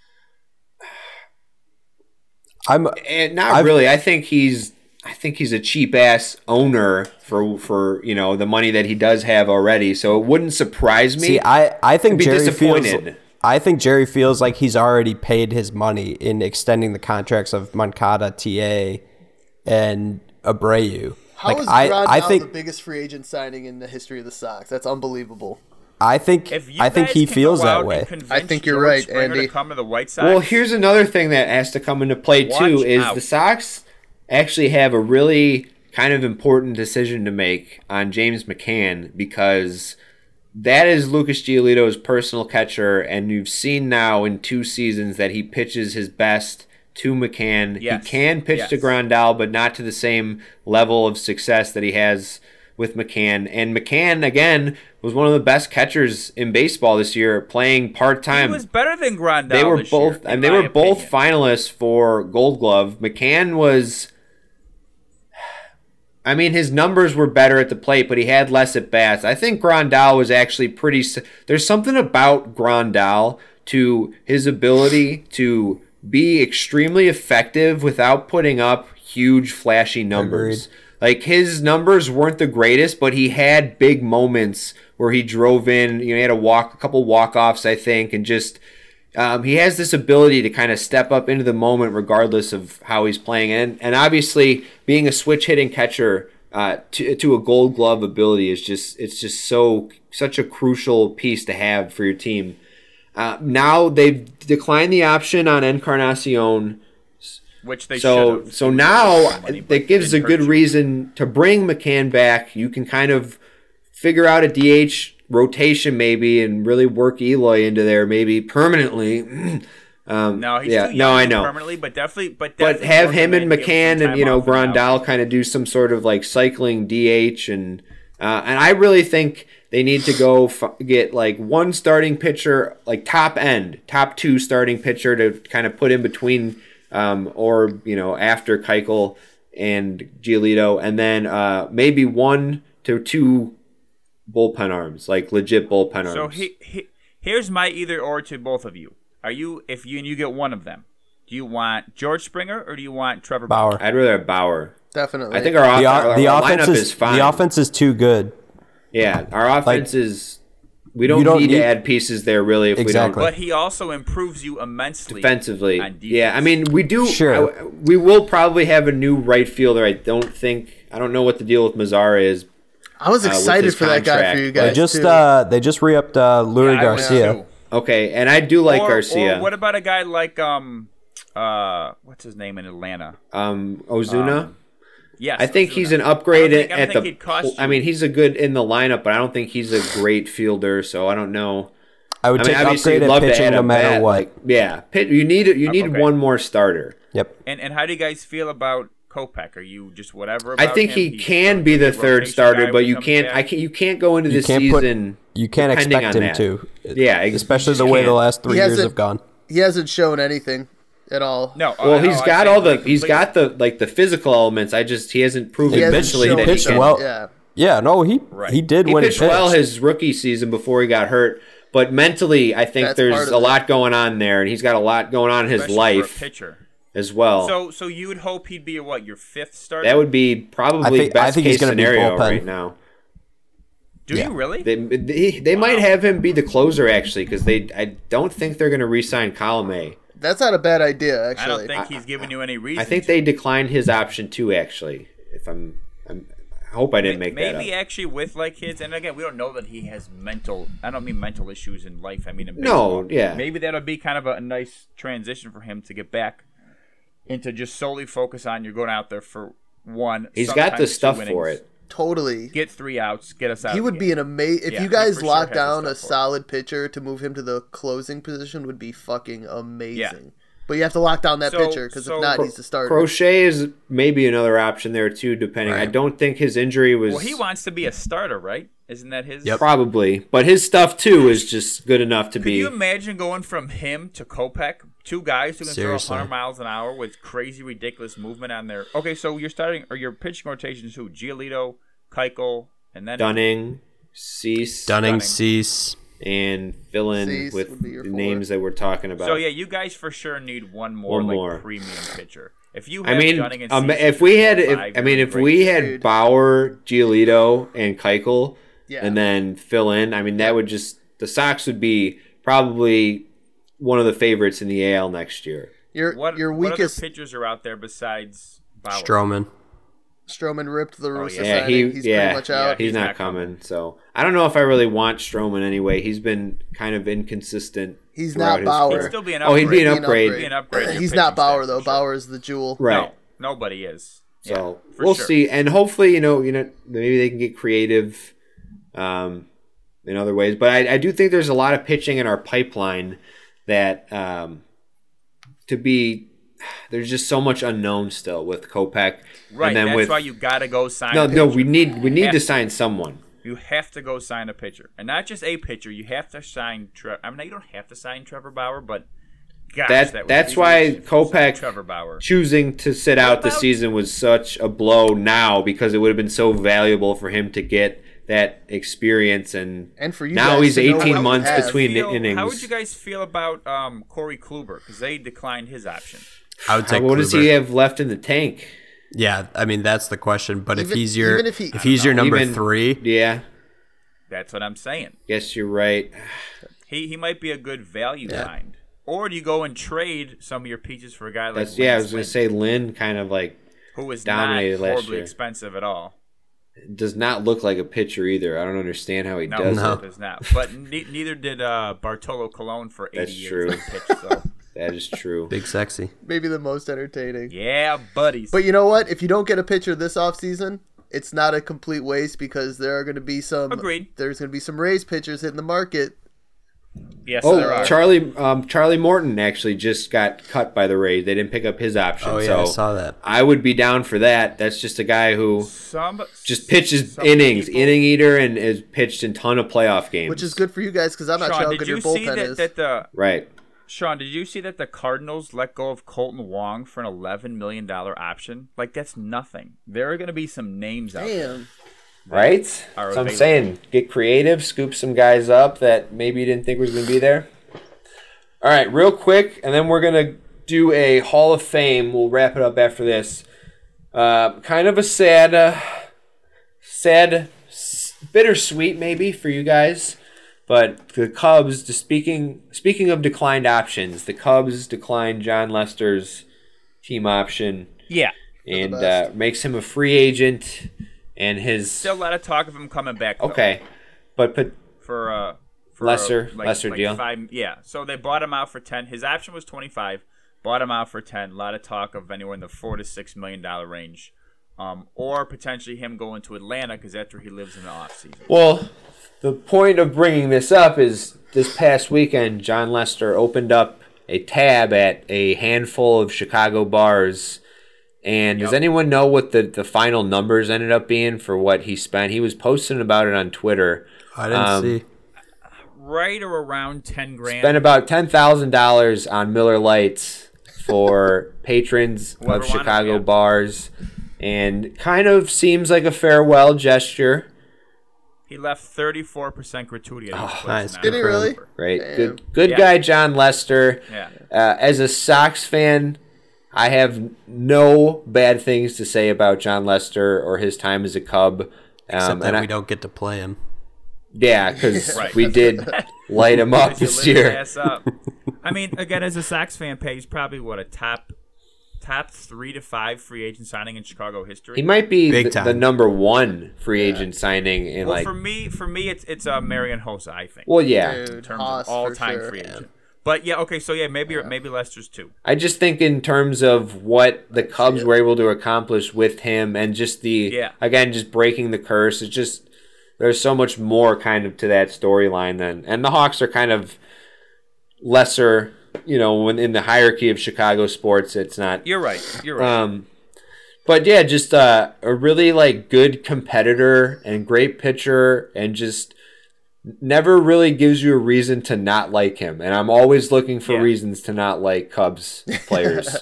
E: I'm
C: And not
E: I've-
C: really. I think he's. I think he's a cheap ass owner for for you know the money that he does have already. So it wouldn't surprise me.
E: See, I, I think
C: be
E: Jerry feels.
C: disappointed.
E: I think Jerry feels like he's already paid his money in extending the contracts of Moncada, TA, and Abreu.
D: How is
E: like I,
D: Grandal
E: I
D: the
E: think
D: biggest free agent signing in the history of the Sox? That's unbelievable.
E: I think
F: If you
E: I think
F: guys
E: he
F: can
E: feels
F: go out
E: that
F: and
E: way.
F: convince
D: I think you're
F: George
D: right,
F: Springer
D: Andy.
F: To come to the White Sox.
C: Well, here's another thing that has to come into play
F: Watch
C: too is
F: out.
C: the Sox actually have a really kind of important decision to make on James McCann because that is Lucas Giolito's personal catcher, and you've seen now in two seasons that he pitches his best to McCann.
F: Yes.
C: He can pitch to
F: Yes.
C: Grandal, but not to the same level of success that he has with McCann. And McCann again was one of the best catchers in baseball this year, playing part
F: he
C: time
F: was better than Grandal.
C: they were
F: this
C: both
F: year, in
C: and they
F: my
C: were both
F: opinion.
C: finalists for gold glove mccann was i mean his numbers were better at the plate but he had less at bats i think grandal was actually pretty s- there's something about grandal to his ability to be extremely effective without putting up huge flashy numbers like his numbers weren't the greatest, but he had big moments where he drove in. You know, he had a walk, a couple walk offs, I think, and just um, he has this ability to kind of step up into the moment regardless of how he's playing. And and obviously, being a switch hitting catcher uh, to to a Gold Glove ability is just it's just so such a crucial piece to have for your team. Uh, now they've declined the option on Encarnacion
F: which they
C: so
F: should've.
C: so now
F: Money, but
C: that gives a
F: didn't
C: good
F: hurt you.
C: reason to bring McCann back. You can kind of figure out a DH rotation maybe and really work Eloy into there maybe permanently. *clears throat* um,
F: No, he's
C: yeah,
F: too
C: no,
F: young
C: I know.
F: permanently, but definitely, but
C: But
F: definitely
C: have
F: work
C: him and
F: in, give some
C: McCann
F: time
C: and you know
F: off the mound.
C: Grandal kind of do some sort of like cycling DH and uh, and I really think they need to go f- get like one starting pitcher, like top end, top two starting pitcher to kind of put in between um, or you know after Keuchel and Giolito, and then uh, maybe one to two bullpen arms, like legit bullpen arms.
F: So he, he, here's my either or to both of you. Are you if you and you get one of them? Do you want George Springer or do you want Trevor
E: Bauer.
C: I'd rather have Bauer.
D: Definitely.
C: I think our, off-
E: The,
C: our,
E: the
C: our
E: offense
C: lineup
E: is,
C: is, fine.
E: the offense is too good.
C: Yeah, our offense is. We don't,
E: you don't
C: need,
E: need-
C: to add pieces there, really. If
E: Exactly.
F: But he also improves you immensely
C: we don't defensively,
F: on defense.
C: yeah. I mean, we do.
E: Sure.
C: I- we will probably have a new right fielder. I don't think. I don't know what the deal with Mazzara is.
D: I was
C: uh, with
D: excited
C: his
D: for that guy
C: contract,
D: for you
C: but-
E: They
D: guys.
E: just
D: too.
E: uh, they just re-upped uh, Luis
F: I would
E: Garcia.
F: too.
C: Okay, and I do like
F: Or-
C: Garcia.
F: Or what about a guy like um uh what's his name in Atlanta?
C: um, Ozuna.
F: Yes,
C: I think
F: Ozuna.
C: he's an upgrade
F: I don't think- I don't
C: at
F: think
C: the.
F: he'd cost
C: I mean, he's a good in the lineup, but I don't think he's a great fielder. So I don't know.
E: I would
C: I mean,
E: take
C: obviously, you'd
E: upgraded
C: love to
E: pitching
C: add
E: no
C: a
E: matter
C: bat,
E: what.
C: like- yeah, pit, you need you need
F: Uh, okay.
C: one more starter.
E: yep.
F: And and how do you guys feel about Kopech? Are you just whatever?
C: I
F: about
C: think
F: him?
C: he
F: He's
C: can
F: a
C: be the
F: rotation
C: third
F: guy
C: starter,
F: when
C: but
F: he
C: you
F: comes
C: can't.
F: back?
C: I can not You can't go into
E: You
C: this
E: can't
C: season.
E: put you can't
C: depending
E: expect
C: on
E: him
C: that.
E: to.
C: Yeah, ex-
E: especially
C: you
E: the way the
C: can't.
E: last three
D: He has
E: years
D: a-
E: have gone.
D: he hasn't shown anything at all.
F: Uh, No.
C: Well,
F: he's
C: he's got all the. He's got the like the physical elements. I just he hasn't proven
D: He hasn't
C: mentally
D: shown
C: that
E: pitched
C: he can.
D: anything.
E: well.
D: Yeah.
E: Yeah, no, he he did
C: He
E: when
C: pitched
E: he pitched.
C: well his rookie season before he got hurt, but mentally, I think
D: That's part
C: there's
D: of
C: a
D: it.
C: lot going on there, and he's got a lot going on in his life
F: pitcher.
C: as well.
F: So so you would hope he'd be your, what your fifth starter?
C: that would be probably
E: I think- I
C: best
E: think he's
C: case
E: gonna be
C: scenario
E: bullpen.
C: right now.
F: do you really?
C: They they, they might have him be the closer actually because they I don't think they're going to re-sign Colome.
D: That's not a bad idea,
F: I don't
D: actually.
F: think he's giving you any reason.
C: I think
F: to.
C: they declined his option too. Actually, if I'm, I'm I hope I didn't make
F: maybe
C: that up.
F: actually with like kids, and again, we don't know that he has mental. I don't mean mental issues in life. I mean in baseball.
C: No, yeah.
F: Maybe that'll be kind of a nice transition for him to get back into just solely focus on you're going out there for one.
C: He's got
F: sometimes
C: the
F: two
C: stuff
F: innings,
C: for it.
D: totally.
F: Get three outs, get us out.
D: He
F: of
D: would
F: the
D: be an
F: game.
D: amazing. If
F: Yeah,
D: you
F: he
D: guys
F: for sure
D: lock
F: has the
D: down a
F: stuff for it.
D: solid pitcher to move him to the closing position, would be fucking amazing.
F: Yeah.
D: But you have to lock down that
F: So-
D: pitcher because
F: so-
D: if not,
F: Cro-
D: he's the starter.
C: Crochet is maybe another option there too, depending. I don't think his injury was
F: Well, he wants to be a starter, right? Isn't that his?
C: probably, but his stuff too is just good enough to
F: Can
C: be.
F: you imagine going from him to Kopech, two guys who can
E: Seriously.
F: throw 100 miles an hour with crazy, ridiculous movement on their? Okay, so you're starting or your pitching rotations who? Giolito, Keuchel, and then
C: Dunning, Cease,
E: Dunning, Cease.
C: and fill in
D: Cease
C: with
D: would be your
C: the
D: four.
C: names that we're talking about.
F: So yeah, you guys for sure need one more
C: One
F: like
C: more.
F: premium pitcher. If you,
C: I
F: have
C: mean,
F: Dunning and
C: um,
F: Cece
C: if we
F: for
C: had,
F: five,
C: if, I
F: you're
C: mean,
F: doing
C: if
F: great.
C: we had
D: Dude.
C: Bauer, Giolito, and Keuchel,
D: Yeah.
C: and then fill in, I mean, that would just the Sox would be probably one of the favorites in the AL next year.
D: Your
F: what
D: your
F: what
D: weakest
F: other pitchers are out there besides Bauer?
E: Stroman.
D: Stroman ripped the Royal
F: Oh, yeah.
D: Society.
C: Yeah, he,
D: he's
C: yeah,
D: pretty much out.
C: he's,
F: He's
C: not,
F: not
C: coming. So I don't know if I really want Stroman anyway. He's been kind of inconsistent.
D: He's
C: throughout
D: not
C: his
D: Bauer.
C: career.
F: He'd still be an
C: Oh, he'd be an
D: He'd be an
C: upgrade,
F: Be an
D: *laughs*
F: upgrade.
D: he's not Bauer though. Bauer is the jewel.
C: right?
F: No, nobody is.
C: So
F: for
C: we'll
F: sure.
C: see, and hopefully, you know, you know, maybe they can get creative um, in other ways. But I, I do think there's a lot of pitching in our pipeline that um, to be. There's just so much unknown still with Kopech,
F: Right.
C: And then
F: that's
C: with
F: why you got to go sign.
C: no,
F: a
C: no,
F: pitcher.
C: we need we need
F: Yeah.
C: to sign someone.
F: You have to go sign a pitcher, and not just a pitcher. You have to sign. Tre- I mean, you don't have to sign Trevor Bauer, but gosh,
C: That-
F: that would
C: that's
F: be
C: why
F: amazing if you signed
C: Kopech-
F: Trevor Bauer.
C: Choosing to sit out the
F: about-
C: season was such a blow now because it would have been so valuable for him to get that experience and
D: And for you
C: now
D: guys
C: he's
D: to know what
C: 18
D: you
C: months
D: have.
C: between
F: Feel-
C: innings.
F: How would you guys feel about um, Corey Kluber because they declined his option?
E: I would take
C: Uh, what does he
E: Kluber.
C: have left in the tank?
E: Yeah, I mean that's the question. But if
D: Even-
E: he's your
D: even
E: if,
D: if he-
E: he's your number
C: Even-
E: three,
C: Yeah,
F: That's what I'm saying.
C: guess you're right.
F: He he might be a good value find. Or do you go and trade some of your peaches for a guy like
C: That's yeah. I
F: Lance
C: was gonna
F: Lynn,
C: say Lynn kind of like
F: who is
C: dominated
F: not
C: last
F: horribly
C: year.
F: expensive at all?
C: does not look like a pitcher either. I don't understand how he
F: No,
C: does
E: No.
F: it
C: it.
F: does not. But ne- neither did uh, Bartolo Colon for 80
C: That's
F: years
C: true.
F: on pitch. So.
C: That is
E: *laughs*
C: true.
E: big sexy.
D: Maybe the most entertaining.
F: Yeah, buddies.
D: But you know what? If you don't get a pitcher this offseason, it's not a complete waste because there are going to be some.
F: Agreed.
D: There's going to be some raised pitchers hitting the market.
F: yes, there
C: Oh,
F: are.
C: Charlie um, Charlie Morton actually just got cut by the Rays. They didn't pick up his option.
E: Oh yeah,
C: so
E: I saw that.
C: I would be down for that. That's just a guy who
F: some
C: just pitches
F: some
C: innings,
F: people-
C: inning eater, and is pitched in ton of playoff games.
D: Which is good for you guys because I'm not sure
F: Sean,
D: how
F: did
D: good your
F: you see
D: bullpen
F: that,
D: is.
F: that the
C: right.
F: Sean? Did you see that the Cardinals let go of Colton Wong for an 11 million dollar option? Like that's nothing. There are going to be some names out there.
D: Damn.
C: Right? So
F: Are
C: I'm
F: available.
C: saying get creative, scoop some guys up that maybe you didn't think was going to be there. All right, real quick, and then we're going to do a Hall of Fame. We'll wrap it up after this. Uh, kind of a sad, uh, sad, s- bittersweet maybe for you guys, but the Cubs. To speaking speaking of declined options, the Cubs declined John Lester's team option
F: Yeah.
C: and uh,
D: best.
C: makes him a free agent. And his
F: Still a lot of talk of him coming back. though,
C: Okay, but but
F: for uh for
C: Lesser-
F: like,
C: lesser
F: like
C: deal.
F: Five, yeah. So they bought him out for ten. His option was twenty five. Bought him out for ten. A lot of talk of anywhere in the four to six million dollar range, um, or potentially him going to Atlanta because that's where he lives in the off season.
C: well, the point of bringing this up is this past weekend, John Lester opened up a tab at a handful of Chicago bars. And does
F: Yep.
C: anyone know what the, the final numbers ended up being for what he spent? He was posting about it on Twitter.
E: I didn't
C: Um,
E: see.
F: Right or around ten grand.
C: Spent about ten thousand dollars on Miller Lights
F: *laughs*
C: for patrons
F: Whoever
C: of
F: wanted
C: Chicago
F: them, yeah.
C: bars, and kind of seems like a farewell gesture.
F: he left thirty four percent gratuity. At oh,
E: nice.
F: Now.
E: Good
D: Did he really?
C: Right.
D: Damn.
C: Good good
F: Yeah.
C: guy John Lester.
F: Yeah.
C: Uh, as a Sox fan, I have no bad things to say about John Lester or his time as a Cub. Um,
E: Except that
C: and I-
E: we don't get to play him.
C: Yeah,
E: *laughs*
C: because
F: Right.
C: we did light him up
F: You
C: Oh, this
F: lit his
C: year. *laughs*
F: ass up. I mean, again, as a Sox fan, Paige probably what a top top three to five free agent signing in Chicago history.
C: He might be
E: Big
C: the,
E: time.
C: the number one free agent signing in
F: Well,
C: like.
F: for me, for me, it's it's uh, Marion Hosa, I think,
C: well, yeah.
F: in
D: Dude,
F: terms
D: Haas
F: of all
D: for
F: time
D: sure.
F: free agent. But yeah, okay, so yeah, maybe maybe Lester's two.
C: I just think in terms of what the Cubs were able to accomplish with him, and just the
F: Yeah.
C: again, just breaking the curse. It's just there's so much more kind of to that storyline than, and the Hawks are kind of lesser, you know, when in the hierarchy of Chicago sports, it's not
F: You're right. You're
D: Uh,
F: right.
C: um, but yeah, just uh, a really like good competitor and great pitcher, and just never really gives you a reason to not like him. And I'm always looking for
F: Yeah.
C: reasons to not like Cubs players.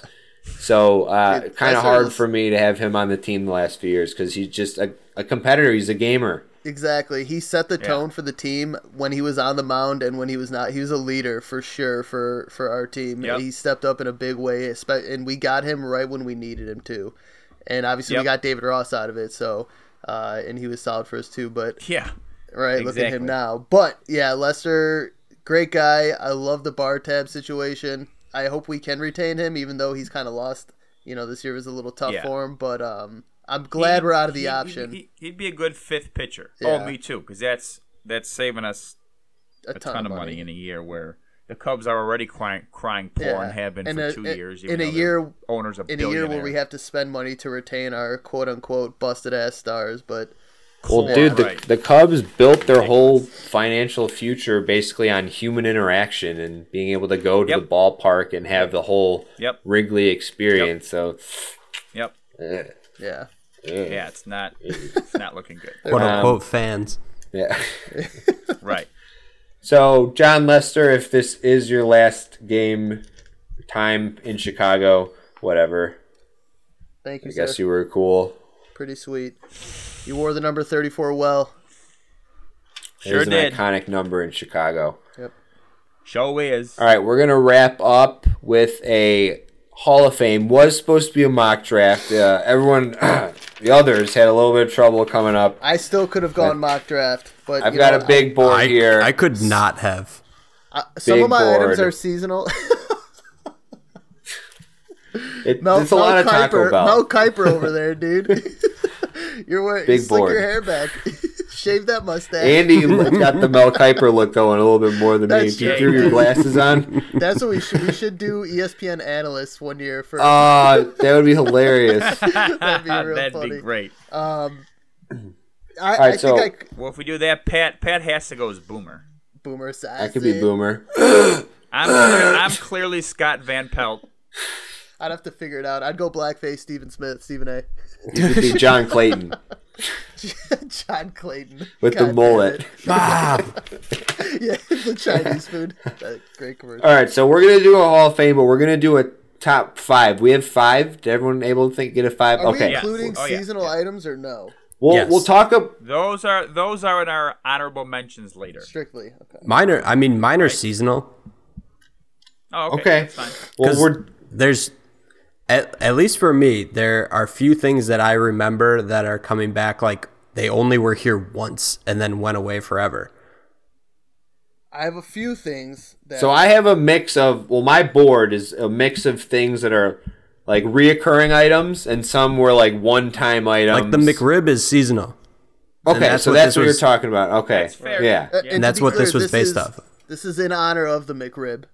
C: so uh,
D: Dude,
C: kind of
D: Lester
C: hard
D: is-
C: for me to have him on the team the last few years because he's just a, a competitor. He's a gamer.
D: Exactly. He set the tone for the team when he was on the mound and when he was not. He was a leader for sure for for our team.
F: Yep.
D: He stepped up in a big way, espe- and we got him right when we needed him too. And obviously,
F: Yep.
D: we got David Ross out of it, so uh, and he was solid for us too. But
F: Yeah.
D: right, look at
F: Exactly.
D: him now. But yeah, Lester, great guy. I love the bar tab situation. I hope we can retain him, even though he's kind of lost. You know, this year was a little tough
F: Yeah.
D: for him, but um, I'm glad
F: He-
D: we're out of the
F: he-
D: option
F: He, would be a good fifth pitcher.
D: Yeah.
F: Oh, me too, because that's that's saving us
D: a,
F: a ton, of money. in a year where the Cubs are already crying, crying poor
D: Yeah.
F: and have been
D: And
F: for
D: a-
F: two
D: a-
F: years.
D: in
F: even
D: a
F: though their
D: year-
F: owners a
D: in a year where we
F: billionaire.
D: have to spend money to retain our quote unquote busted ass stars, but
C: Well,
F: Yeah,
C: dude, the,
F: right.
C: the Cubs built their whole financial future basically on human interaction and being able to go to
F: Yep.
C: the ballpark and have the whole
F: Yep.
C: Wrigley experience. So,
F: Yep.
D: yeah.
F: Yeah, it's not it's not looking good.
E: quote unquote fans.
C: yeah. *laughs*
D: *laughs*
F: Right.
C: So, John Lester, if this is your last game time in Chicago, whatever.
D: Thank you,
C: I
D: sir.
C: guess you were cool.
D: Pretty sweet. You wore the number thirty four well.
F: Sure
C: There's an
F: did.
C: iconic number in Chicago.
F: Show is.
C: All right, we're gonna wrap up with a Hall of Fame. Was supposed to be a mock draft. Uh, everyone, *clears throat* the others had a little bit of trouble coming up.
D: I still could have gone mock draft, but
C: I've
D: you
C: got
D: know,
C: a big board
E: I,
C: here.
E: I could not have.
D: I- I- some
C: big
D: of my items
C: board.
D: are seasonal. *laughs*
C: It-
D: Mel,
C: it's a
D: Mel
C: lot of
D: Kiper,
C: Taco Bell.
D: Mel Kiper over
C: *laughs*
D: there, dude. You're wearing
C: Big
D: slick
C: board.
D: your hair back. *laughs* Shave that
C: *laughs*
D: mustache.
C: Andy got the Mel Kiper look going a little bit more than me.
D: That's
C: If you
D: true.
C: threw your glasses
D: *laughs*
C: on,
D: That's what we should we should do E ESPN analysts one year for
C: uh, that would be
D: *laughs*
C: hilarious.
F: *laughs*
D: that'd be real
F: That'd
D: funny.
F: be great.
D: I,
C: right,
D: I
C: so-
D: think I
F: Well, if we do that, Pat Pat has to go as Boomer.
D: boomer size.
C: That could be Boomer.
F: I'm clear,
C: *laughs*
F: I'm clearly Scott Van Pelt.
D: I'd have to figure it out. I'd go blackface Stephen Smith, Stephen A. *laughs*
C: You could be John Clayton
D: John Clayton.
C: with
D: God
C: the
D: damn
C: mullet.
D: it. Yeah, *laughs* the
C: *laughs*
D: Chinese food. That great commercial.
C: All right, so we're gonna do a Hall of Fame, but we're gonna do a top five. We have five. Did everyone able to think get a five?
D: Are
C: okay,
D: we including
F: Oh, yeah,
D: seasonal items or no?
C: we'll
E: Yes.
C: we'll talk. Up,
F: Those are those are in our honorable mentions later.
D: Strictly. Okay.
E: *laughs* Minor, I mean minor seasonal.
F: Oh, okay.
C: okay,
F: That's fine.
C: well
E: 'Cause
C: we're
E: There's at, at least for me, there are few things that I remember that are coming back like they only were here once and then went away forever.
D: I have a few things that uh,
C: so I have a mix of well, my board is a mix of things that are like reoccurring items, and some were like one time items.
E: Like the McRib is seasonal.
C: Okay,
E: that's
C: so
E: what
C: that's
E: this
C: what
E: was-
C: you're talking about. Okay,
F: That's fair.
C: yeah.
D: Uh, to
E: that's
D: be
E: what this was based
D: is-
E: off.
D: This is in honor of the McRib.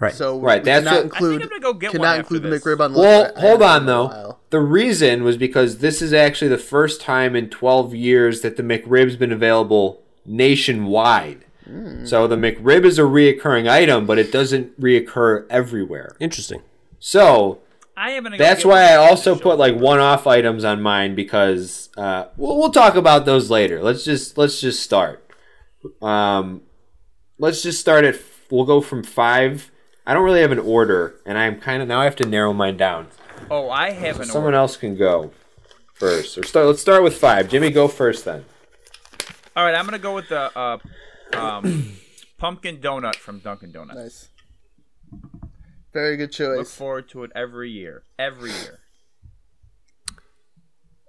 E: Right.
D: So we-
C: Right,
D: we
C: that's
D: cannot
C: what- I think
D: include
F: I'm gonna go get
D: cannot
F: one after
D: include
F: this.
D: the McRib on
C: Well,
D: I
C: hold
D: haven't
C: on
D: in a
C: though.
D: while.
C: The reason was because this is actually the first time in 12 years that the McRib's been available nationwide.
D: Hmm.
C: So the McRib is a reoccurring item, but it doesn't reoccur everywhere.
E: Interesting.
C: So
F: I haven't.
C: that's why I also put like one-off items on mine because uh, we'll we'll talk about those later. Let's just let's just start. Um, let's just start at we'll go from five. I don't really have an order, and I'm kind of now I have to narrow mine down.
F: Oh, I have an
C: Someone else can go first. Or start. Let's start with five. Jimmy, go first then.
F: All right, I'm gonna go with the uh, um, *clears throat* pumpkin donut from Dunkin' Donuts.
D: Nice. Very good
F: Look
D: choice.
F: forward to it every year. Every year.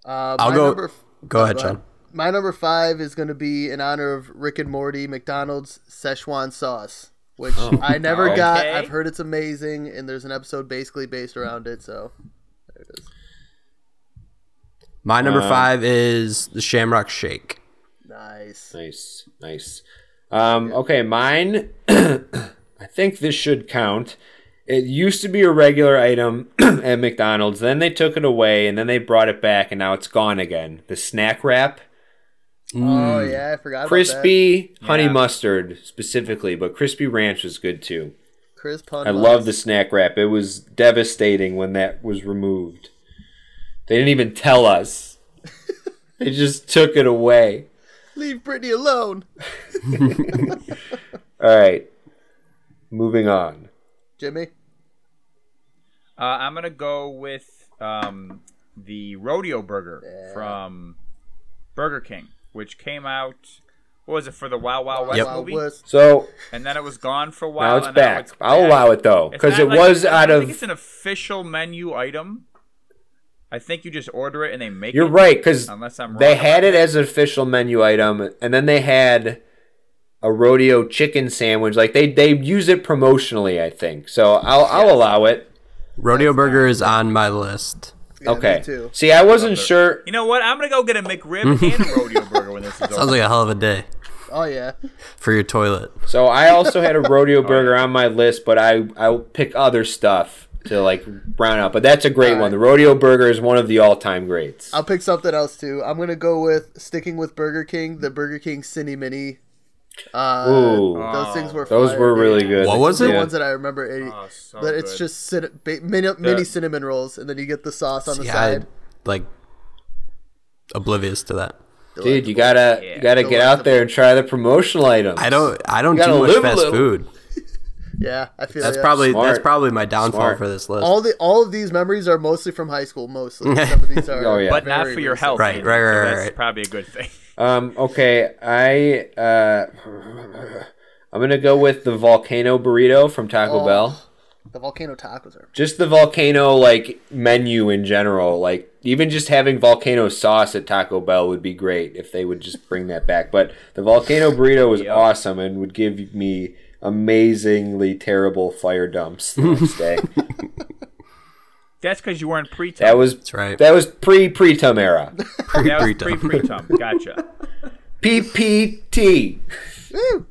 D: Uh,
E: I'll
D: my
E: go-
D: number f-
E: Go ahead,
D: Go
E: Sean.
D: ahead. My number five is going to be in honor of Rick and Morty McDonald's Szechuan sauce, which
C: Oh.
D: I never
C: okay.
D: got. I've heard it's amazing, and there's an episode basically based around it. So
E: My number five is the Shamrock Shake.
D: nice.
C: Nice, nice. Um, okay, mine. *clears throat* I think this should count. It used to be a regular item *clears throat* at McDonald's. Then they took it away, and then they brought it back, and now it's gone again. The snack wrap,
D: Oh yeah, I forgot. About
C: Mm. crispy honey
F: Yeah.
C: mustard specifically, but crispy ranch was good too.
D: that. Crisp. Hun
C: I
D: buns.
C: love the snack wrap. It was devastating when that was removed. They didn't even tell *laughs* us. they just took it away.
D: Leave Britney alone,
C: All right. Moving on.
D: Jimmy.
F: Uh, I'm gonna go with um, the rodeo burger from Burger King. which came out. What was it for the Wow Wow West
D: Wild
F: movie?
D: West.
C: So
F: And then it was gone for a while.
C: now it's
F: and now
C: back. I'll allow it though,
F: It's
C: because
F: not
C: it
F: like-
C: was
F: I
C: out
F: don't think it's
C: of.
F: an official menu item. I think you just order it and they make
C: You're
F: it.
C: right, because
F: Unless I'm
C: they
F: wrong.
C: had it as an official menu item, and then they had a rodeo chicken sandwich. Like they they use it promotionally, I think. So I'll I'll allow it.
E: Rodeo burger is on my list.
D: Yeah, me
C: okay.
D: too.
C: See, I wasn't sure.
F: You know what? I'm gonna go get a
C: *laughs*
F: McRib and a rodeo burger when this
D: *laughs*
F: is over.
E: Sounds like a hell of a day
D: Oh yeah.
E: for your toilet.
C: So I also had a
F: *laughs*
C: rodeo burger on my list, but I I'll pick other stuff to like round out. But that's a great one. The rodeo burger is one of the all time greats.
D: I'll pick something else too. I'm gonna go with sticking with Burger King, the Burger King Cine Mini. Uh,
C: Ooh,
F: Oh,
D: those things were
C: those
D: fire,
C: were
D: dude.
C: really good.
E: What was
D: The
E: it?
D: ones that I remember. It,
F: Oh, so
D: but it's
F: good.
D: just cin- ba- mini, mini cinnamon rolls, and then you get the sauce on the
E: Yeah, I,
D: side.
E: like oblivious to that.
C: Dude, you gotta you gotta get out there and try the promotional items.
E: I don't. I don't
C: You gotta
E: do much
C: live a
E: fast
C: little.
E: food.
D: Yeah, I feel
E: That's
D: ya.
E: probably
C: Smart.
E: that's probably my downfall
C: Smart.
E: for this list.
D: all the all of these memories are mostly from high school. Mostly, some of these are.
C: Oh, yeah.
F: but not
D: very
F: for your
D: recent.
F: health.
E: Right,
F: either,
E: right, right,
F: so
E: right,
F: That's
E: right.
F: probably a good thing. *laughs*
C: Um, okay, I uh, I'm gonna go with the volcano burrito from Taco
D: Oh.
C: Bell.
D: The volcano tacos are.
C: Just the volcano like menu in general, like even just having volcano sauce at Taco Bell would be great if they would just bring that back. But the volcano burrito was awesome and would give me amazingly terrible fire dumps the next
E: *laughs*
C: day.
F: That's because you weren't pre
C: that was
E: That's right.
C: that was pre pre tum era.
F: That was pre
E: Pre-pretum.
F: pre tum.
C: *laughs*
F: Gotcha.
C: PPT.
D: Woo!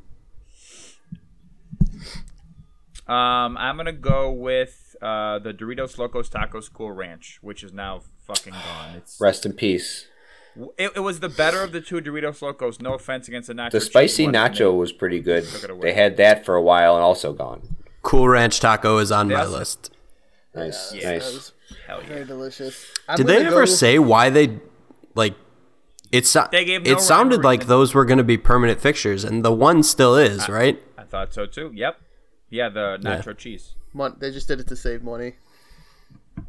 F: Um, I'm gonna go with uh, the Doritos Locos Tacos Cool Ranch, which is now fucking gone. It's
C: Rest in peace.
F: it, it was the better of the two Doritos Locos. No offense against the nacho.
C: The
F: cheese
C: spicy
F: one, and
C: nacho was pretty good.
F: it away.
C: They had that for a while and also gone.
E: cool Ranch Taco is on my
F: Yes.
E: list.
C: Nice,
D: That
C: nice.
D: was
F: they- Hell yeah.
D: very delicious. I'm
E: Did they
D: gonna
E: ever
D: go-
E: say why they like? It, so-
F: They gave no
E: it sounded
F: rhyme or
E: like
F: reason.
E: those were going to be permanent fixtures, and the one still is, right?
F: I thought so too. Yep. Yeah, the nacho cheese.
D: Mon- they just did it to save money.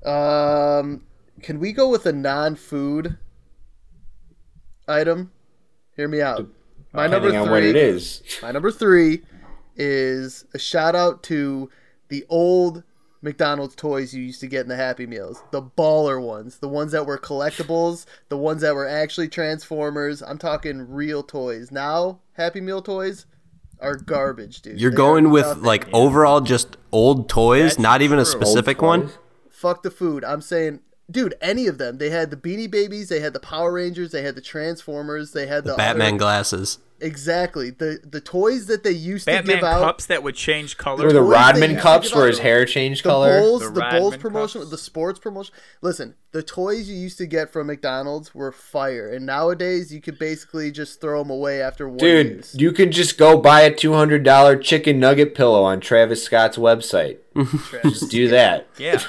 D: Um, can we go with a non-food item? Hear me out. My number
C: Depending on what it
D: three.
C: is.
D: My number three is a shout out to the old McDonald's toys you used to get in the Happy Meals, the baller ones, the ones that were collectibles, the ones that were actually Transformers. I'm talking real toys. Now Happy Meal toys are garbage, dude.
E: You're
D: They are
E: going with
D: nothing.
E: like overall just old toys,
F: That's
E: not even a
F: true. Old
E: specific one.
C: toys.
D: fuck the food. I'm saying, dude, any of them. They had the Beanie Babies, they had the Power Rangers, they had the Transformers, they had the,
E: Batman
D: other-
E: glasses.
D: exactly the the toys that they used to
F: Batman
D: give out.
F: cups that would change color.
C: Or the
D: Toys
C: Rodman
D: they
C: cups
D: used to
C: where
D: give
C: his
D: out.
C: hair changed
D: the
C: color.
D: bowls, the,
F: The
D: bowls
F: Radman
D: promotion,
F: cups.
D: the sports promotion. Listen, the toys you used to get from McDonald's were fire, and nowadays you could basically just throw them away after one
C: Dude,
D: use.
C: you can just go buy a two hundred dollar chicken nugget pillow on Travis Scott's
E: *laughs*
C: website.
D: Travis.
C: Just do that. *laughs*
F: Yeah.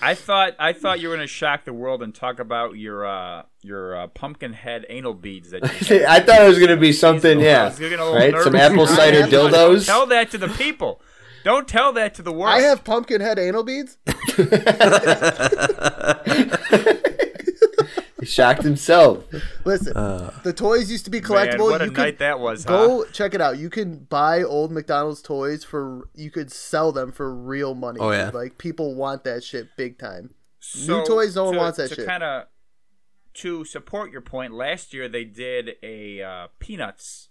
F: I thought I thought you were gonna shock the world and talk about your uh, your uh, pumpkin head anal beads that you
C: I thought it was gonna be something, *laughs* yeah.
F: You're getting a little
C: Right?
F: nervous.
C: Some apple cider
D: I have-
C: dildos.
F: Tell that to the people. Don't tell that to the world.
D: I have pumpkin head anal beads.
C: He shocked himself.
D: Listen, the toys used to be
F: Man,
D: collectible.
F: what a
D: you
F: night
D: could
F: that was. huh?
C: Ah.
D: *laughs* go check it out. You can buy old McDonald's toys for you could sell them for real money.
E: Oh, yeah.
D: dude. like people want that shit big time.
F: So,
D: New toys, no one
F: to,
D: wants that
F: to
D: shit.
F: Kind of to support your point, last year they did a uh, peanuts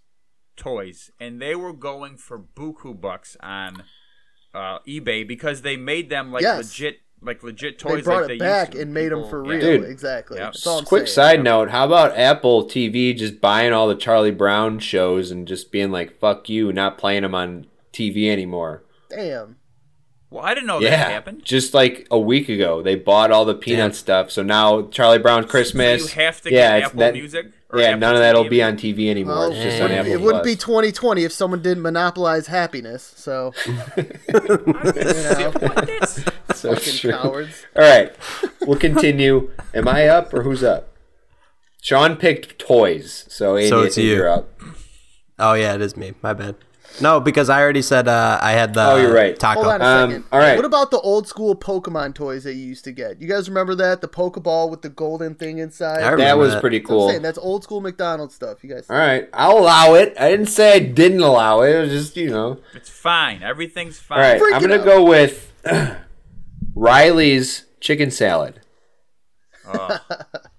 F: toys, and they were going for buku bucks on uh, eBay because they made them like
D: Yes.
F: legit, like legit
D: They
F: toys.
D: brought
F: like
D: it
F: used
D: back
F: to.
D: and made them
F: People-
D: for
F: yeah.
D: real.
C: Dude.
D: Exactly.
F: Yeah.
D: That's all I'm
C: Quick
D: saying.
C: side note, how about Apple TV just buying all the Charlie Brown shows and just being like, fuck you, not playing them on TV anymore?
D: Damn.
F: Well, I didn't know
C: yeah,
F: Oh, that happened.
C: just like a week ago, they bought all the peanut stuff. So now Charlie Brown Christmas.
F: So you have to
C: yeah,
F: get
C: it's
F: Apple
C: that-
F: Music. Or
C: Yeah,
F: Apple
C: none of that'll
F: TV.
C: be on TV anymore.
D: Well,
C: Oh, it's just
D: it
C: on
E: wouldn't-
C: Apple.
D: Oh, it wouldn't be
C: Plus.
D: 2020 if someone didn't monopolize happiness. So
C: *laughs*
F: That's-
C: so
D: fucking
C: true. All
D: cowards.
C: right,
D: *laughs*
C: we'll continue. Am I up or who's up? Sean picked toys, so Andy,
E: So
C: I
E: it's
C: think
E: you.
C: you're up.
E: Oh yeah, it is me. My bad. No, because I already said uh, I had the
C: Oh, you're right.
E: taco.
D: Hold on a
C: Um,
D: second.
C: all right.
D: What about the old school Pokemon toys that you used to get? You guys remember that the Pokeball with the golden thing inside?
E: I remember
C: That was
E: that.
C: pretty
D: That's what I'm
C: cool.
D: saying, that's old school McDonald's stuff. You guys.
C: All right, I'll allow it. I didn't say I didn't allow it. It was just you know.
F: It's fine. Everything's fine.
C: All right,
D: Freak
C: I'm
D: it
C: gonna
D: out.
C: go with *clears throat* Riley's chicken salad.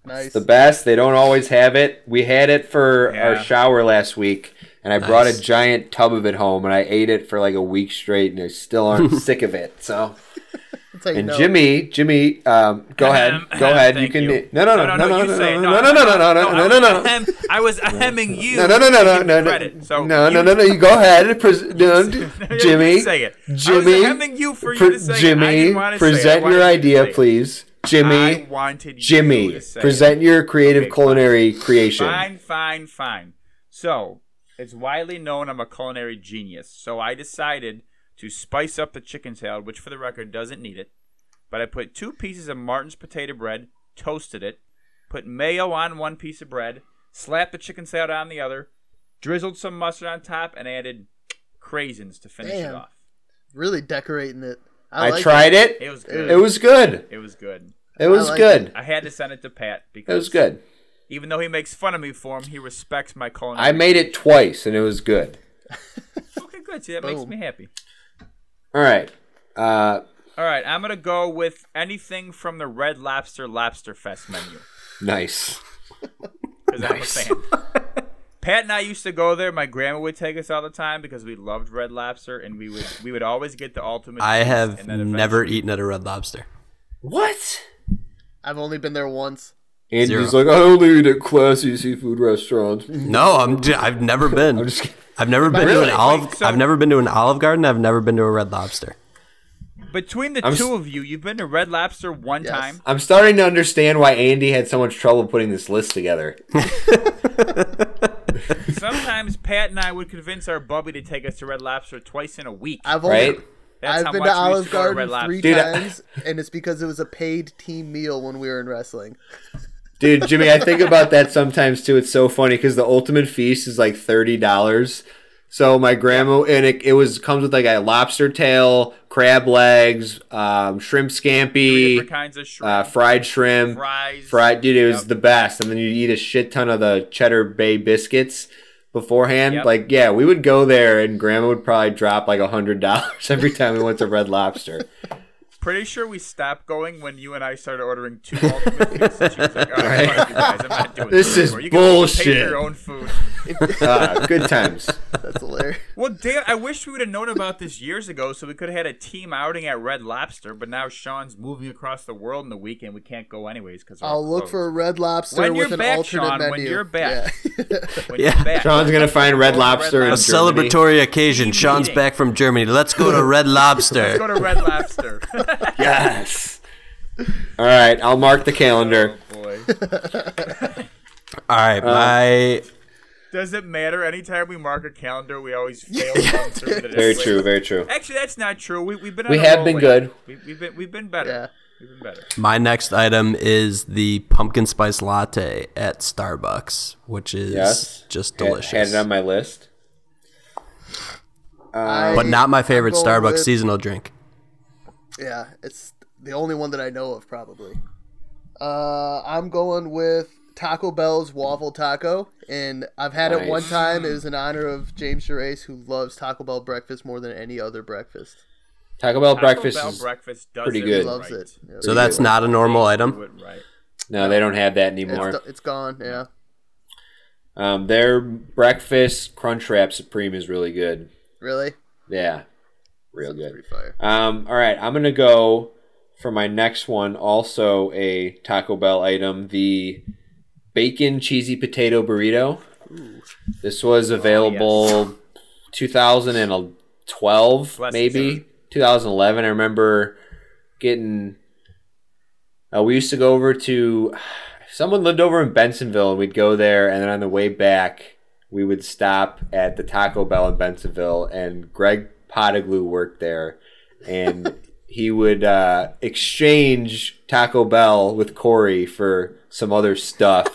D: Nice.
C: The best. They don't always have it. We had it for
F: Yeah.
C: our shower last week, and I brought a
E: Nice.
C: giant tub of it home, and I ate it for like a week straight, and I still aren't sick of it. So,
D: That's how you
C: and
D: know.
C: Jimmy, Jimmy, um,
F: *laughs*
C: go ahead,
F: Ahem,
C: go
F: ahem,
C: ahead. You
F: thank
C: can no no no no no
F: you
C: no
F: say it.
C: no no no no no no no no *laughs* no.
F: ahem. I was hemming you.
C: No, no, no, no,
F: to
C: no, no,
F: give credit.
C: no,
F: So
C: no,
F: you-
C: no, no, no. You go
F: *laughs*
C: ahead, pres- no, d-
F: You
C: Jimmy.
F: say it. I was
C: Jimmy,
F: hemming you for you
C: pre-
F: to say it. I
C: Jimmy,
F: didn't wanna say it. I
C: present
F: wanted
C: your
F: you to
C: idea,
F: say it.
C: please. Jimmy,
F: I wanted you
C: Jimmy,
F: to say it.
C: present your creative
F: Okay, fine.
C: culinary creation.
F: Fine, fine, fine. So it's widely known I'm a culinary genius. So I decided to spice up the chicken salad, which for the record doesn't need it. But I put two pieces of Martin's potato bread, toasted it, put mayo on one piece of bread, slapped the chicken salad on the other, drizzled some mustard on top, and added craisins to finish
D: Damn.
F: it off.
D: really decorating it.
C: I,
D: like
C: tried it.
F: It was good.
C: It was good.
F: It was good.
C: It was
D: like
C: good.
F: I had to send it to Pat
C: It
F: because
C: was good.
F: even though he makes fun of me for him, he respects my culinary.
C: I made it twice, and it was good.
F: Okay, good. See, that makes
D: Boom.
F: me happy.
C: All right. Uh,
F: All right, I'm gonna go with anything from the Red Lobster Lobster Fest menu
C: nice.
D: *laughs*
F: because I'm a fan. Pat and I used to go there. My grandma would take us all the time because we loved Red Lobster, and we would we would always get the ultimate.
E: I
F: feast,
E: have
F: and then
E: never
F: eventually-
E: eaten at a Red Lobster.
C: What?
D: I've only been there once.
C: Andy's
E: Zero.
C: like, I only eat at classy seafood restaurants.
E: No, I'm. J-
C: *laughs*
E: I've never been.
C: just kidding.
E: I've never been
F: Really?
E: to an olive.
F: Wait, so-
E: I've never been to an Olive Garden. I've never been to a Red Lobster.
F: Between the
C: I'm s-
F: two of you, you've been to Red Lobster one
D: Yes.
F: time.
C: I'm starting to understand why Andy had so much trouble putting this list together.
F: Sometimes Pat and I would convince our bubby to take us to Red Lobster twice in a week.
D: I've only
C: Right?
F: That's how
D: I've been
F: much
D: to
F: we used
D: Olive
F: go to
D: Garden three
C: Dude, I-
D: times, *laughs* and it's because it was a paid team meal when we were in wrestling.
C: Dude, Jimmy, I think about that sometimes too. It's so funny because the ultimate feast is like thirty dollars. So my grandma and it, it was comes with like a lobster tail, crab legs, um, shrimp
F: Three
C: scampi,
F: different kinds of shrimp,
C: uh, fried shrimp,
F: fries,
C: fried. Dude, it was
F: Yep.
C: the best. And then you eat a shit ton of the cheddar bay biscuits beforehand.
F: Yep.
C: Like, yeah, we would go there, and grandma would probably drop like a hundred dollars *laughs* every time we went to Red Lobster.
F: Pretty sure we stopped going when you and I started ordering two ultimate pieces. She was like, "All right,
C: Right.
F: fuck you guys, I'm not doing
C: This
F: this,
C: is
F: anymore. You guys Pay for
C: bullshit."
F: your own food.
C: Ah, good times.
D: That's
F: *laughs*
D: hilarious.
F: Well, damn, I wish we would have known about this years ago, so we could have had a team outing at Red Lobster. But now Sean's moving across the world in the weekend. We can't go anyways because
D: I'll look for a red lobster
F: When you're
D: with an
F: back,
D: alternate
F: Sean, when
D: menu.
F: you're back.
D: Yeah.
F: *laughs* when you're back.
C: Sean's gonna find Red Lobster. in
E: A
C: Germany.
E: celebratory occasion. Sean's
F: eating.
E: back from Germany. Let's go to Red
F: Let's go
E: Lobster.
F: to
C: *laughs*
F: Red Lobster.
C: *laughs*
F: *laughs*
C: Yes. All right, I'll mark the calendar.
F: Boy,
E: All right,
F: Uh,
E: my
F: does it matter? Anytime we mark a calendar, we always
C: *laughs*
F: fail. one through the
C: Very
F: next
C: true.
F: week.
C: Very true.
F: Actually, that's not true. We, we've been on
C: We
F: a
C: have
F: roll
C: been
F: lately.
C: good.
F: We, we've been we've been better.
D: Yeah.
F: We've been better.
E: my next item is the pumpkin spice latte at Starbucks, which is
C: Yes.
E: just
C: Had, had
E: delicious.
C: it
F: um,
C: on my list. Uh,
D: I-
E: but not my favorite
D: going
E: Starbucks
D: with-
E: seasonal drink.
D: Yeah, it's the only one that I know of, probably. Uh, I'm going with Taco Bell's Waffle Taco, and I've had it one
C: Nice.
D: time. It was in honor of James Charest, who loves Taco Bell breakfast more than any other breakfast.
C: Taco Bell
F: Taco
C: breakfast
F: Bell
C: is
F: breakfast does
C: pretty
F: it
C: good.
D: Loves
F: right.
D: it. Yeah,
E: So that's not a normal item.
F: Do it right.
C: no, they don't have that anymore.
D: it's, it's gone. Yeah,
C: um, their breakfast crunch wrap supreme is really good.
D: really,
C: Yeah, real good.
D: pretty fire.
C: Um, all right, I'm gonna go for my next one. Also a Taco Bell item, the bacon cheesy potato burrito. This was
F: Oh,
C: available 2012,
F: Bless
C: maybe
F: you, sir.
C: 2011. I remember getting. Uh, we used to go over to *sighs* someone lived over in Bensonville, and we'd go there, and then on the way back, we would stop at the Taco Bell in Bensonville, and Greg Potiglu worked there, and he would uh, exchange Taco Bell with Corey for some other stuff,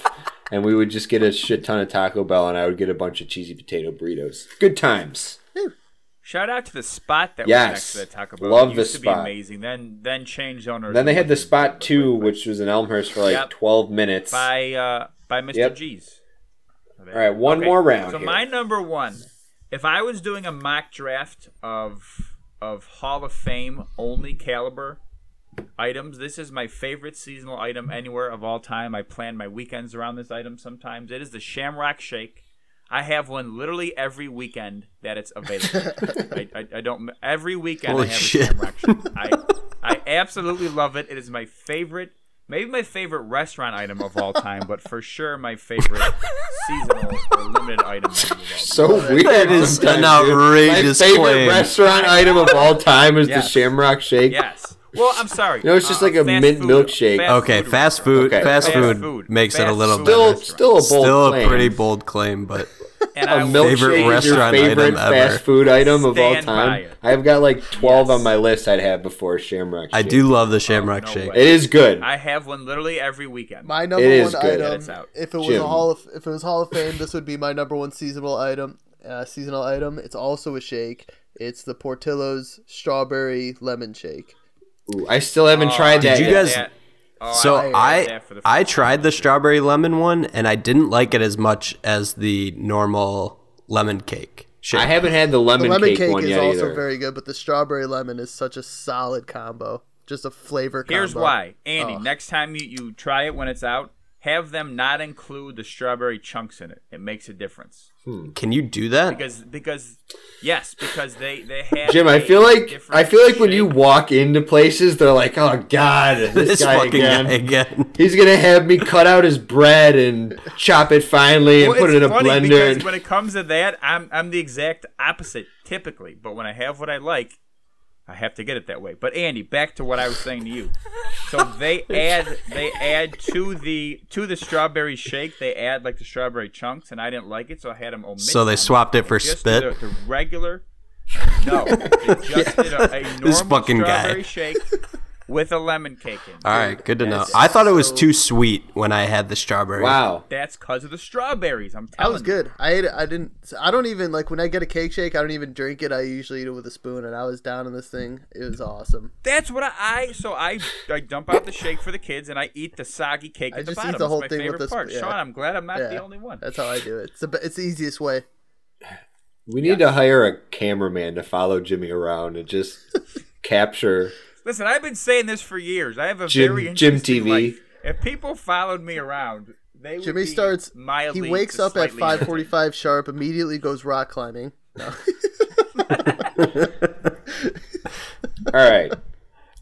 C: and we would just get a shit ton of Taco Bell, and I would get a bunch of cheesy potato burritos. Good times.
D: Phew.
F: Shout out to the spot that
C: Yes.
F: was next to the Taco Bell.
C: Love
F: it
C: the
F: used to be
C: spot.
F: amazing. Then then changed owners.
C: Then they had the
F: Like,
C: spot two,
F: like,
C: which was in Elmhurst for like
F: Yep.
C: 12 minutes.
F: by uh, by Mr.
C: Yep.
F: G's. All
C: right, one more round
F: So
C: here.
F: my number one, if I was doing a mock draft of of Hall of Fame only caliber items, this is my favorite seasonal item anywhere of all time. I plan my weekends around this item sometimes. It is the Shamrock Shake. I have one literally every weekend that it's
C: *laughs*
F: available. I, I, I don't every weekend
E: Holy
F: I have
E: shit.
F: a Shamrock Shake.
E: *laughs*
F: I I absolutely love it. It is my favorite, maybe my favorite restaurant item of all time, but for sure my favorite seasonal or limited item. item of all time.
C: so weird.
E: That is
C: sometimes,
E: an
C: dude.
E: outrageous
C: My favorite
E: claim.
C: restaurant item of all time is the
F: Yes.
C: Shamrock Shake.
F: Yes. Well, I'm sorry. Uh,
C: No, it's just like a
F: fast
C: mint
F: food-
C: milkshake.
E: Okay, fast
F: restaurant.
E: food.
C: Okay.
E: Fast,
F: Fast
E: food,
F: food.
E: makes it a
F: Fast
E: little
F: food.
E: better.
C: Still,
F: Restaurant.
C: still a bold
E: Still
C: claim.
E: a pretty bold claim, but
F: And
C: A
F: I will-
C: milkshake
E: Favorite
C: is your
E: restaurant
C: favorite
E: item ever.
C: fast food item of all
F: Stand by
C: time.
F: it.
C: I've got like 12
F: Yes.
C: on my list I'd have before Shamrock Shake.
E: I do love the Shamrock
F: Oh, no
E: Shake.
F: way.
C: It is good.
F: I have one literally every weekend.
D: My number
C: is
D: one
C: good. Yeah,
F: it's
D: item,
F: out.
D: if it was
C: Jim.
D: a hall of, if it was Hall of Fame, this would be my number one seasonal item. Uh, seasonal item. It's also a shake. It's the Portillo's strawberry lemon shake.
C: Ooh, I still haven't
F: Oh,
C: tried
E: Did
C: that
E: you
C: yet.
E: guys-
F: That- oh,
E: So
F: tried
E: I
F: that for the
E: I
F: first
E: tried the strawberry lemon one and I didn't like it as much as the normal lemon cake. Shake.
C: I haven't had the
D: The
C: lemon,
D: lemon cake,
C: one
D: is
C: yet
D: also
C: either.
D: very good, but the strawberry lemon is such a solid combo. Just a flavor.
F: Here's
D: combo.
F: why, Andy.
D: Oh.
F: Next time you, you try it when it's out, have them not include the strawberry chunks in it. It makes a difference
E: Can you do that?
F: because because yes because they they have
C: Jim, I
F: a
C: feel like
F: different
C: I feel like when
F: shape.
C: you walk into places, they're like, "Oh
E: *laughs*
C: God, this,
E: *laughs* this
C: guy
E: fucking
C: again.
E: guy again. *laughs*
C: He's gonna have me cut out his bread and chop it finely and
F: Well,
C: put
F: it's
C: it in a
F: funny
C: blender."
F: because
C: and-
E: *laughs*
F: when it comes to that, I'm I'm the exact opposite typically. But when I have what I like, I have to get it that way. But Andy, back to what I was saying to you.
E: *laughs*
F: So they add they add to the to the strawberry shake. They add like the strawberry chunks, and I didn't like it, so I had them omit.
E: So they
F: them.
E: swapped it for
F: Just
E: spit?
F: The, the regular.
E: *laughs*
F: No, they just did a, a normal
E: This fucking guy.
F: strawberry shake with a lemon cake in. it.
E: All right, good to know. I thought it was too sweet when I had the strawberry.
C: wow,
F: That's because of the strawberries. I'm telling
D: That was
F: you.
D: good. I ate it. I didn't. I don't even like when I get a cake shake. I don't even drink it. I usually eat it with a spoon, and I was down in this thing. It was awesome.
F: That's what I, I so I I dump out the shake for the kids and I eat the soggy cake
D: I
F: at the
D: just
F: bottom.
D: eat the whole
F: It's my
D: thing with
F: favorite
D: this-
F: part.
D: yeah.
F: Sean, I'm glad I'm not
D: Yeah.
F: the only one.
D: That's how I do it. It's the be- it's the easiest way.
C: we need to hire a cameraman to follow Jimmy around and just capture.
F: Listen, I've been saying this for years. I have a
C: Jim-
F: very
C: Jim
F: interesting
C: TV.
F: life. If people followed me around, they would
D: Jimmy
F: be
D: starts. He
F: Mildly
D: wakes
F: to
D: up at
F: slightly entertained.
D: 5:45 sharp. Immediately goes rock climbing. No.
C: All right,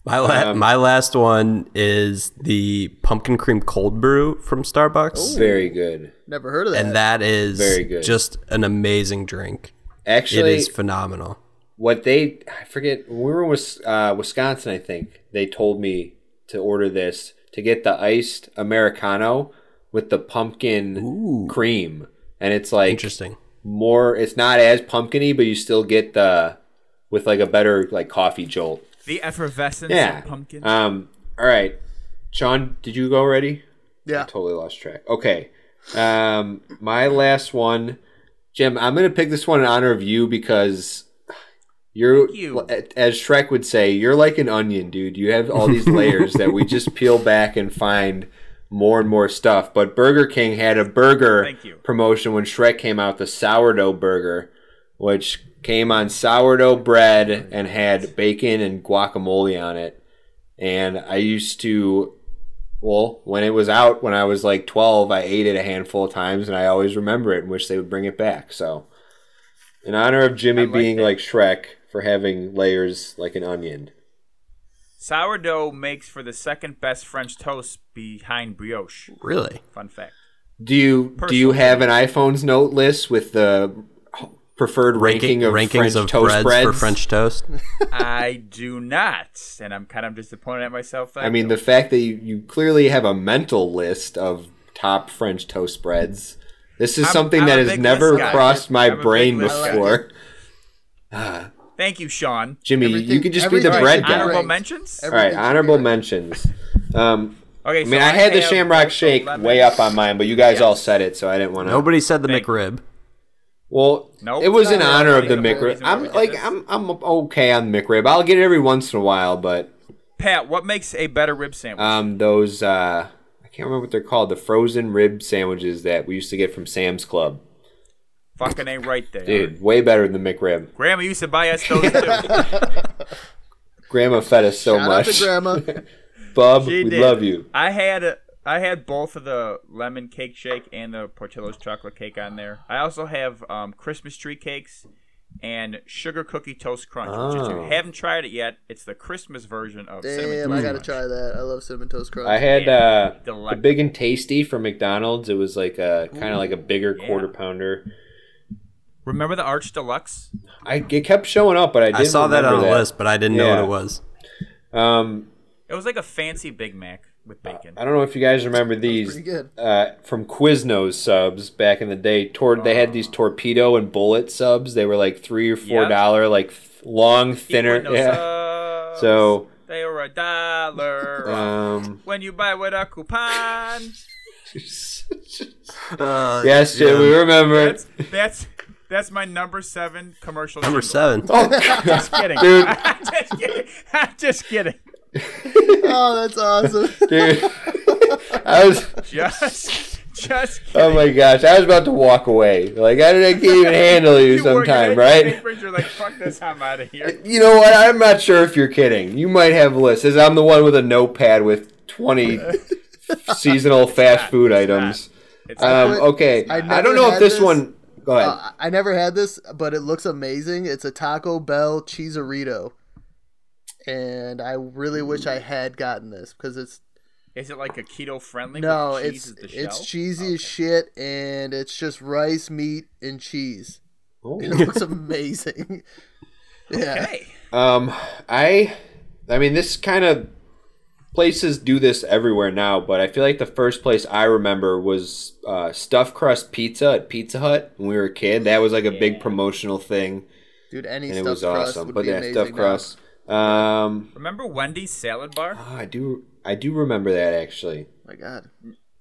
E: My la-
C: Um,
E: my last one is the pumpkin cream cold brew from Starbucks,
C: very good.
D: Never heard of that.
E: and that is
C: Very good.
E: just an amazing drink.
C: Actually,
E: it is phenomenal.
C: what they I forget when we were in Wis- uh, Wisconsin, I think they told me to order this to get the iced americano with the pumpkin cream, and it's like
E: Interesting.
C: more. It's not as pumpkiny, but you still get the with like a better like coffee jolt.
F: the effervescence
C: Yeah,
F: of pumpkin.
C: Um, all right, Sean, did you go already?
D: yeah.
C: I totally lost track. Okay. Um, my last one, Jim. I'm gonna pick this one in honor of you because you're,
F: Thank you.
C: as Shrek would say, you're like an onion, dude. You have all these layers that we just peel back and find more and more stuff. But Burger King had a burger
F: Thank you.
C: promotion when Shrek came out, the sourdough burger, which came on sourdough bread and had bacon and guacamole on it. And I used to well, when it was out when I was like 12, I ate it a handful of times and I always remember it and wish they would bring it back. So, in honor of Jimmy
F: I like
C: being
F: that.
C: like Shrek for having layers like an onion.
F: Sourdough makes for the second best French toast behind brioche.
E: Really?
F: Fun fact.
C: Do you do you
F: Personally.
C: have an iPhone's note list with the preferred ranking, of French toast
E: breads, for French toast.
F: I do not, and I'm kind of disappointed at myself.
C: I mean, the fact that you, you clearly have a mental list of top French toast breads. This is
F: I'm-
C: something
F: I'm
C: that
F: a
C: has
F: big
C: never
F: list guy.
C: crossed my
F: I'm a big
C: brain
F: list
D: guy.
C: before.
F: thank you, Sean.
C: Jimmy, you
D: Everything-
C: could just be the
D: everything
C: bread
D: should
C: guy.
D: be
F: Honorable
D: ranked.
F: mentions.
C: All right,
D: Everything should be
C: honorable
D: ranked.
C: mentions. Um,
F: Okay,
C: I mean, I had the Shamrock Shake way up on mine, but you guys
F: Yeah.
C: all said it, so uh, I didn't want to.
E: Nobody said the
F: Thank-
E: McRib.
C: Well,
F: Nope.
C: it was
F: No,
C: in
F: no,
C: honor
F: no,
C: of the
F: no, no,
C: McRib.
F: no, no,
C: I'm
F: no,
C: like
F: no.
C: I'm I'm okay on McRib. I'll get it every once in a while, but
F: Pat, what makes a better rib sandwich?
C: um those uh I can't remember what they're called, the frozen rib sandwiches that we used to get from Sam's Club.
F: Fucking ain't right there.
C: Dude, way better than McRib.
F: Grandma used to buy us
C: *laughs*
F: those too.
C: Grandma fed us so
D: Shout out
C: much.
D: to grandma.
C: Bub,
F: She
C: we
F: did.
C: love you.
F: I had a, I had both of the lemon cake shake and the Portillo's chocolate cake on there. I also have um, Christmas tree cakes and sugar cookie toast crunch. Which if you
C: Oh.
F: haven't tried it yet, it's the Christmas version of cinnamon
D: Damn,
F: toast
D: I gotta
F: crunch.
D: try that. I love cinnamon toast crunch.
C: I had uh the
F: Delectable.
C: big and tasty from McDonald's. It was like a kind of like a bigger
F: yeah.
C: quarter pounder.
F: Remember the Arch Deluxe?
C: I it kept showing up, but I didn't
E: I saw that on
C: remember
E: a list, but I didn't know
C: Yeah.
E: what it was.
C: Um
F: It was like a fancy Big Mac with bacon.
C: I don't know if you guys remember these
D: pretty good. *laughs*
C: uh, from Quiznos subs back in the day. Tor- they had these torpedo and bullet subs. They were like three or four
F: Yeah.
C: dollar, like th- long, thinner.
F: Equinox
C: Yeah.
F: subs,
C: So
F: they were a dollar off
C: um,
F: when you buy with a coupon.
E: Uh,
C: yes, Jim, we remember.
F: *laughs* That's that's that's my number seven commercial.
E: Number
F: jingle.
E: seven.
C: Oh,
F: Just kidding.
C: *laughs* Dude.
F: *laughs* I'm just kidding. I'm just kidding.
D: Oh, that's awesome.
C: Dude, *laughs* I was.
F: Just just kidding.
C: Oh my gosh, I was about to walk away. Like I, I can't even handle you,
F: You work
C: sometime,
F: at
C: right?
F: Papers, you're like, fuck this, I'm out of here.
C: You know what? I'm not sure if you're kidding. You might have lists. as I'm the one with a notepad with
D: *laughs*
C: 20 seasonal fast food items.
F: It's
C: Um,
D: quit-
C: okay,
D: I
C: I,
D: never
C: don't know if
D: had
C: this,
D: this.
C: one. Go ahead.
D: Uh, I I never had this, but it looks amazing. It's a Taco Bell cheeserito, and I really wish I had gotten this because it's
F: is it like a keto friendly?
D: no,
F: cheese
D: it's
F: is the
D: it's
F: shell?
D: cheesy
F: Okay.
D: as shit, and it's just rice, meat, and cheese. *laughs*
C: Oh.
D: It looks amazing. *laughs* yeah,
F: Hey,
C: um, I, I mean, this kind of places do this everywhere now, but I feel like the first place I remember was uh, stuffed crust pizza at Pizza Hut when we were a kid. That was like a big promotional thing,
D: dude, any
C: and
D: stuffed
C: it was
D: crust
C: awesome.
D: would
C: But
D: be
C: yeah,
D: amazing.
C: stuffed
D: now.
C: crust. Um,
F: remember Wendy's salad bar?
C: oh, I do, I do remember that actually.
D: Oh my God,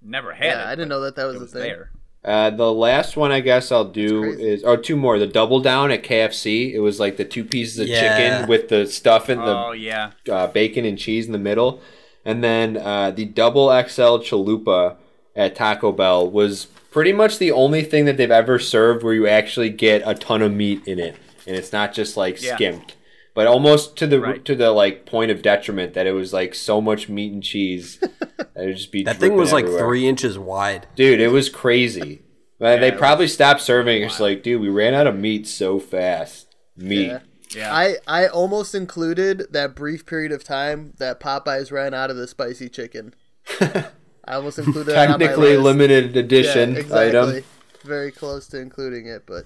F: Never had
D: yeah,
F: it.
D: I didn't
F: but
D: know that that was
F: It
D: a
F: was
D: thing.
F: there.
C: Uh, the last one I guess I'll do
D: That's crazy.
C: is or two more. The double down at KFC. It was like the two pieces of
E: Yeah.
C: chicken with the stuff and
F: Oh yeah.
C: the uh, bacon and cheese in the middle, and then uh, the double XL chalupa at Taco Bell was pretty much the only thing that they've ever served where you actually get a ton of meat in it, and it's not just like
F: Yeah.
C: skimped. But almost to the
F: Right.
C: to the like point of detriment that it was like so much meat and
F: *laughs*
C: cheese, that it would just be
E: That thing
C: dripping
E: was like
C: everywhere
E: three inches wide.
C: dude it was crazy But they
F: it was
C: probably stopped serving it's like dude we ran out of meat so fast meat
D: Yeah.
F: Yeah.
D: I, I almost included that brief period of time that Popeyes ran out of the
C: *laughs*
D: spicy chicken. I almost included that on my
C: technically
D: list.
C: limited
D: Yeah,
C: edition item
D: Very close to including it, but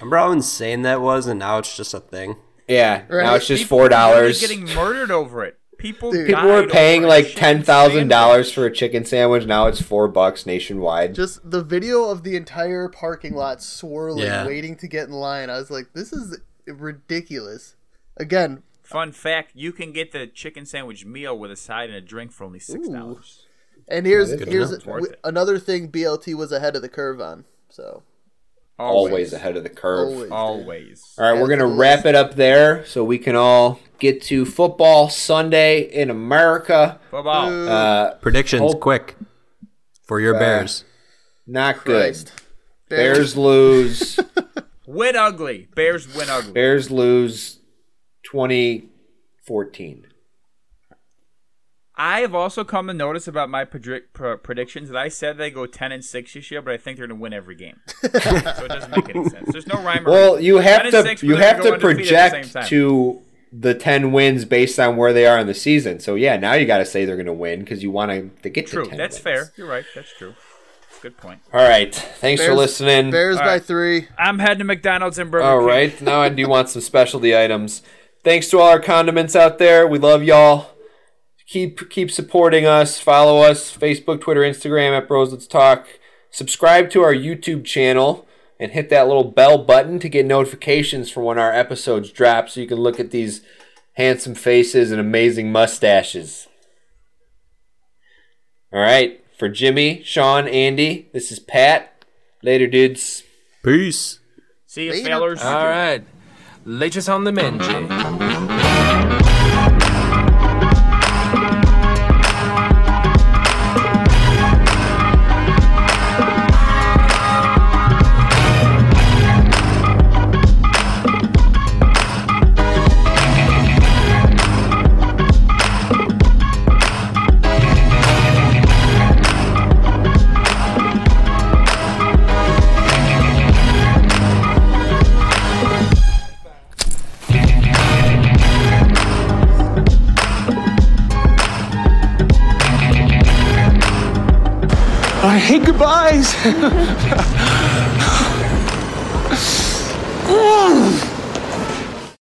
E: Remember how insane that was, and now it's just a thing.
C: yeah
D: Right.
C: now it's just
F: People
C: four
F: were
C: dollars
F: Getting murdered over it. People
D: Dude.
F: died
C: people were paying
F: over a
C: like
F: chicken
C: ten thousand
F: sandwich.
C: dollars for a chicken sandwich now it's four bucks nationwide
D: just the video of the entire parking lot swirling,
E: Yeah.
D: waiting to get in line. I was like, this is ridiculous. Again,
F: Fun fact: you can get the chicken sandwich meal with a side and a drink for only six dollars.
D: and here's
C: Good
D: here's
E: enough.
D: w- another thing BLT was ahead of the curve on. So
C: always. ahead of the curve
D: always, dude.
F: Always.
C: all right we're
D: Add to
C: gonna
D: the
C: wrap it up there so we can all get to football sunday in america
F: Football.
C: uh
E: Predictions,
C: Oh.
E: quick, for your Bears.
C: not
D: Christ.
C: good bears lose
F: Win ugly. Bears win ugly.
C: Bears lose 2014.
F: I have also come to notice about my predict- pr- predictions that I said they go ten and six this year, but I think they're going to win every game. so it doesn't make any sense. There's no rhyme or
C: Well,
F: reason.
C: you
F: 10
C: have
F: and
C: to
F: six, but
C: you
F: then they
C: have
F: go
C: to
F: undefeated at the same
C: project
F: time.
C: to the 10 wins based on where they are in the season. So yeah, now you got to say they're going to win cuz you want to get
F: True.
C: to 10.
F: That's
C: wins.
F: fair. You're right. That's true. Good point.
C: All right. Thanks for
D: Bears-
C: listening.
D: Bears by
F: right.
D: three.
F: I'm heading to McDonald's and Burger
C: All
F: King.
C: right. Now I do want some specialty items. Thanks to all our condiments out there. We love y'all. Keep keep supporting us. Follow us Facebook, Twitter, Instagram at Bros Let's Talk. Subscribe to our YouTube channel and hit that little bell button to get notifications for when our episodes drop so you can look at these handsome faces and amazing mustaches. All right. For Jimmy, Sean, Andy, this is Pat. Later, dudes.
E: Peace.
F: See you,
D: Later.
F: failures.
G: All right. Latest on the men, Jay.
H: I hate goodbyes.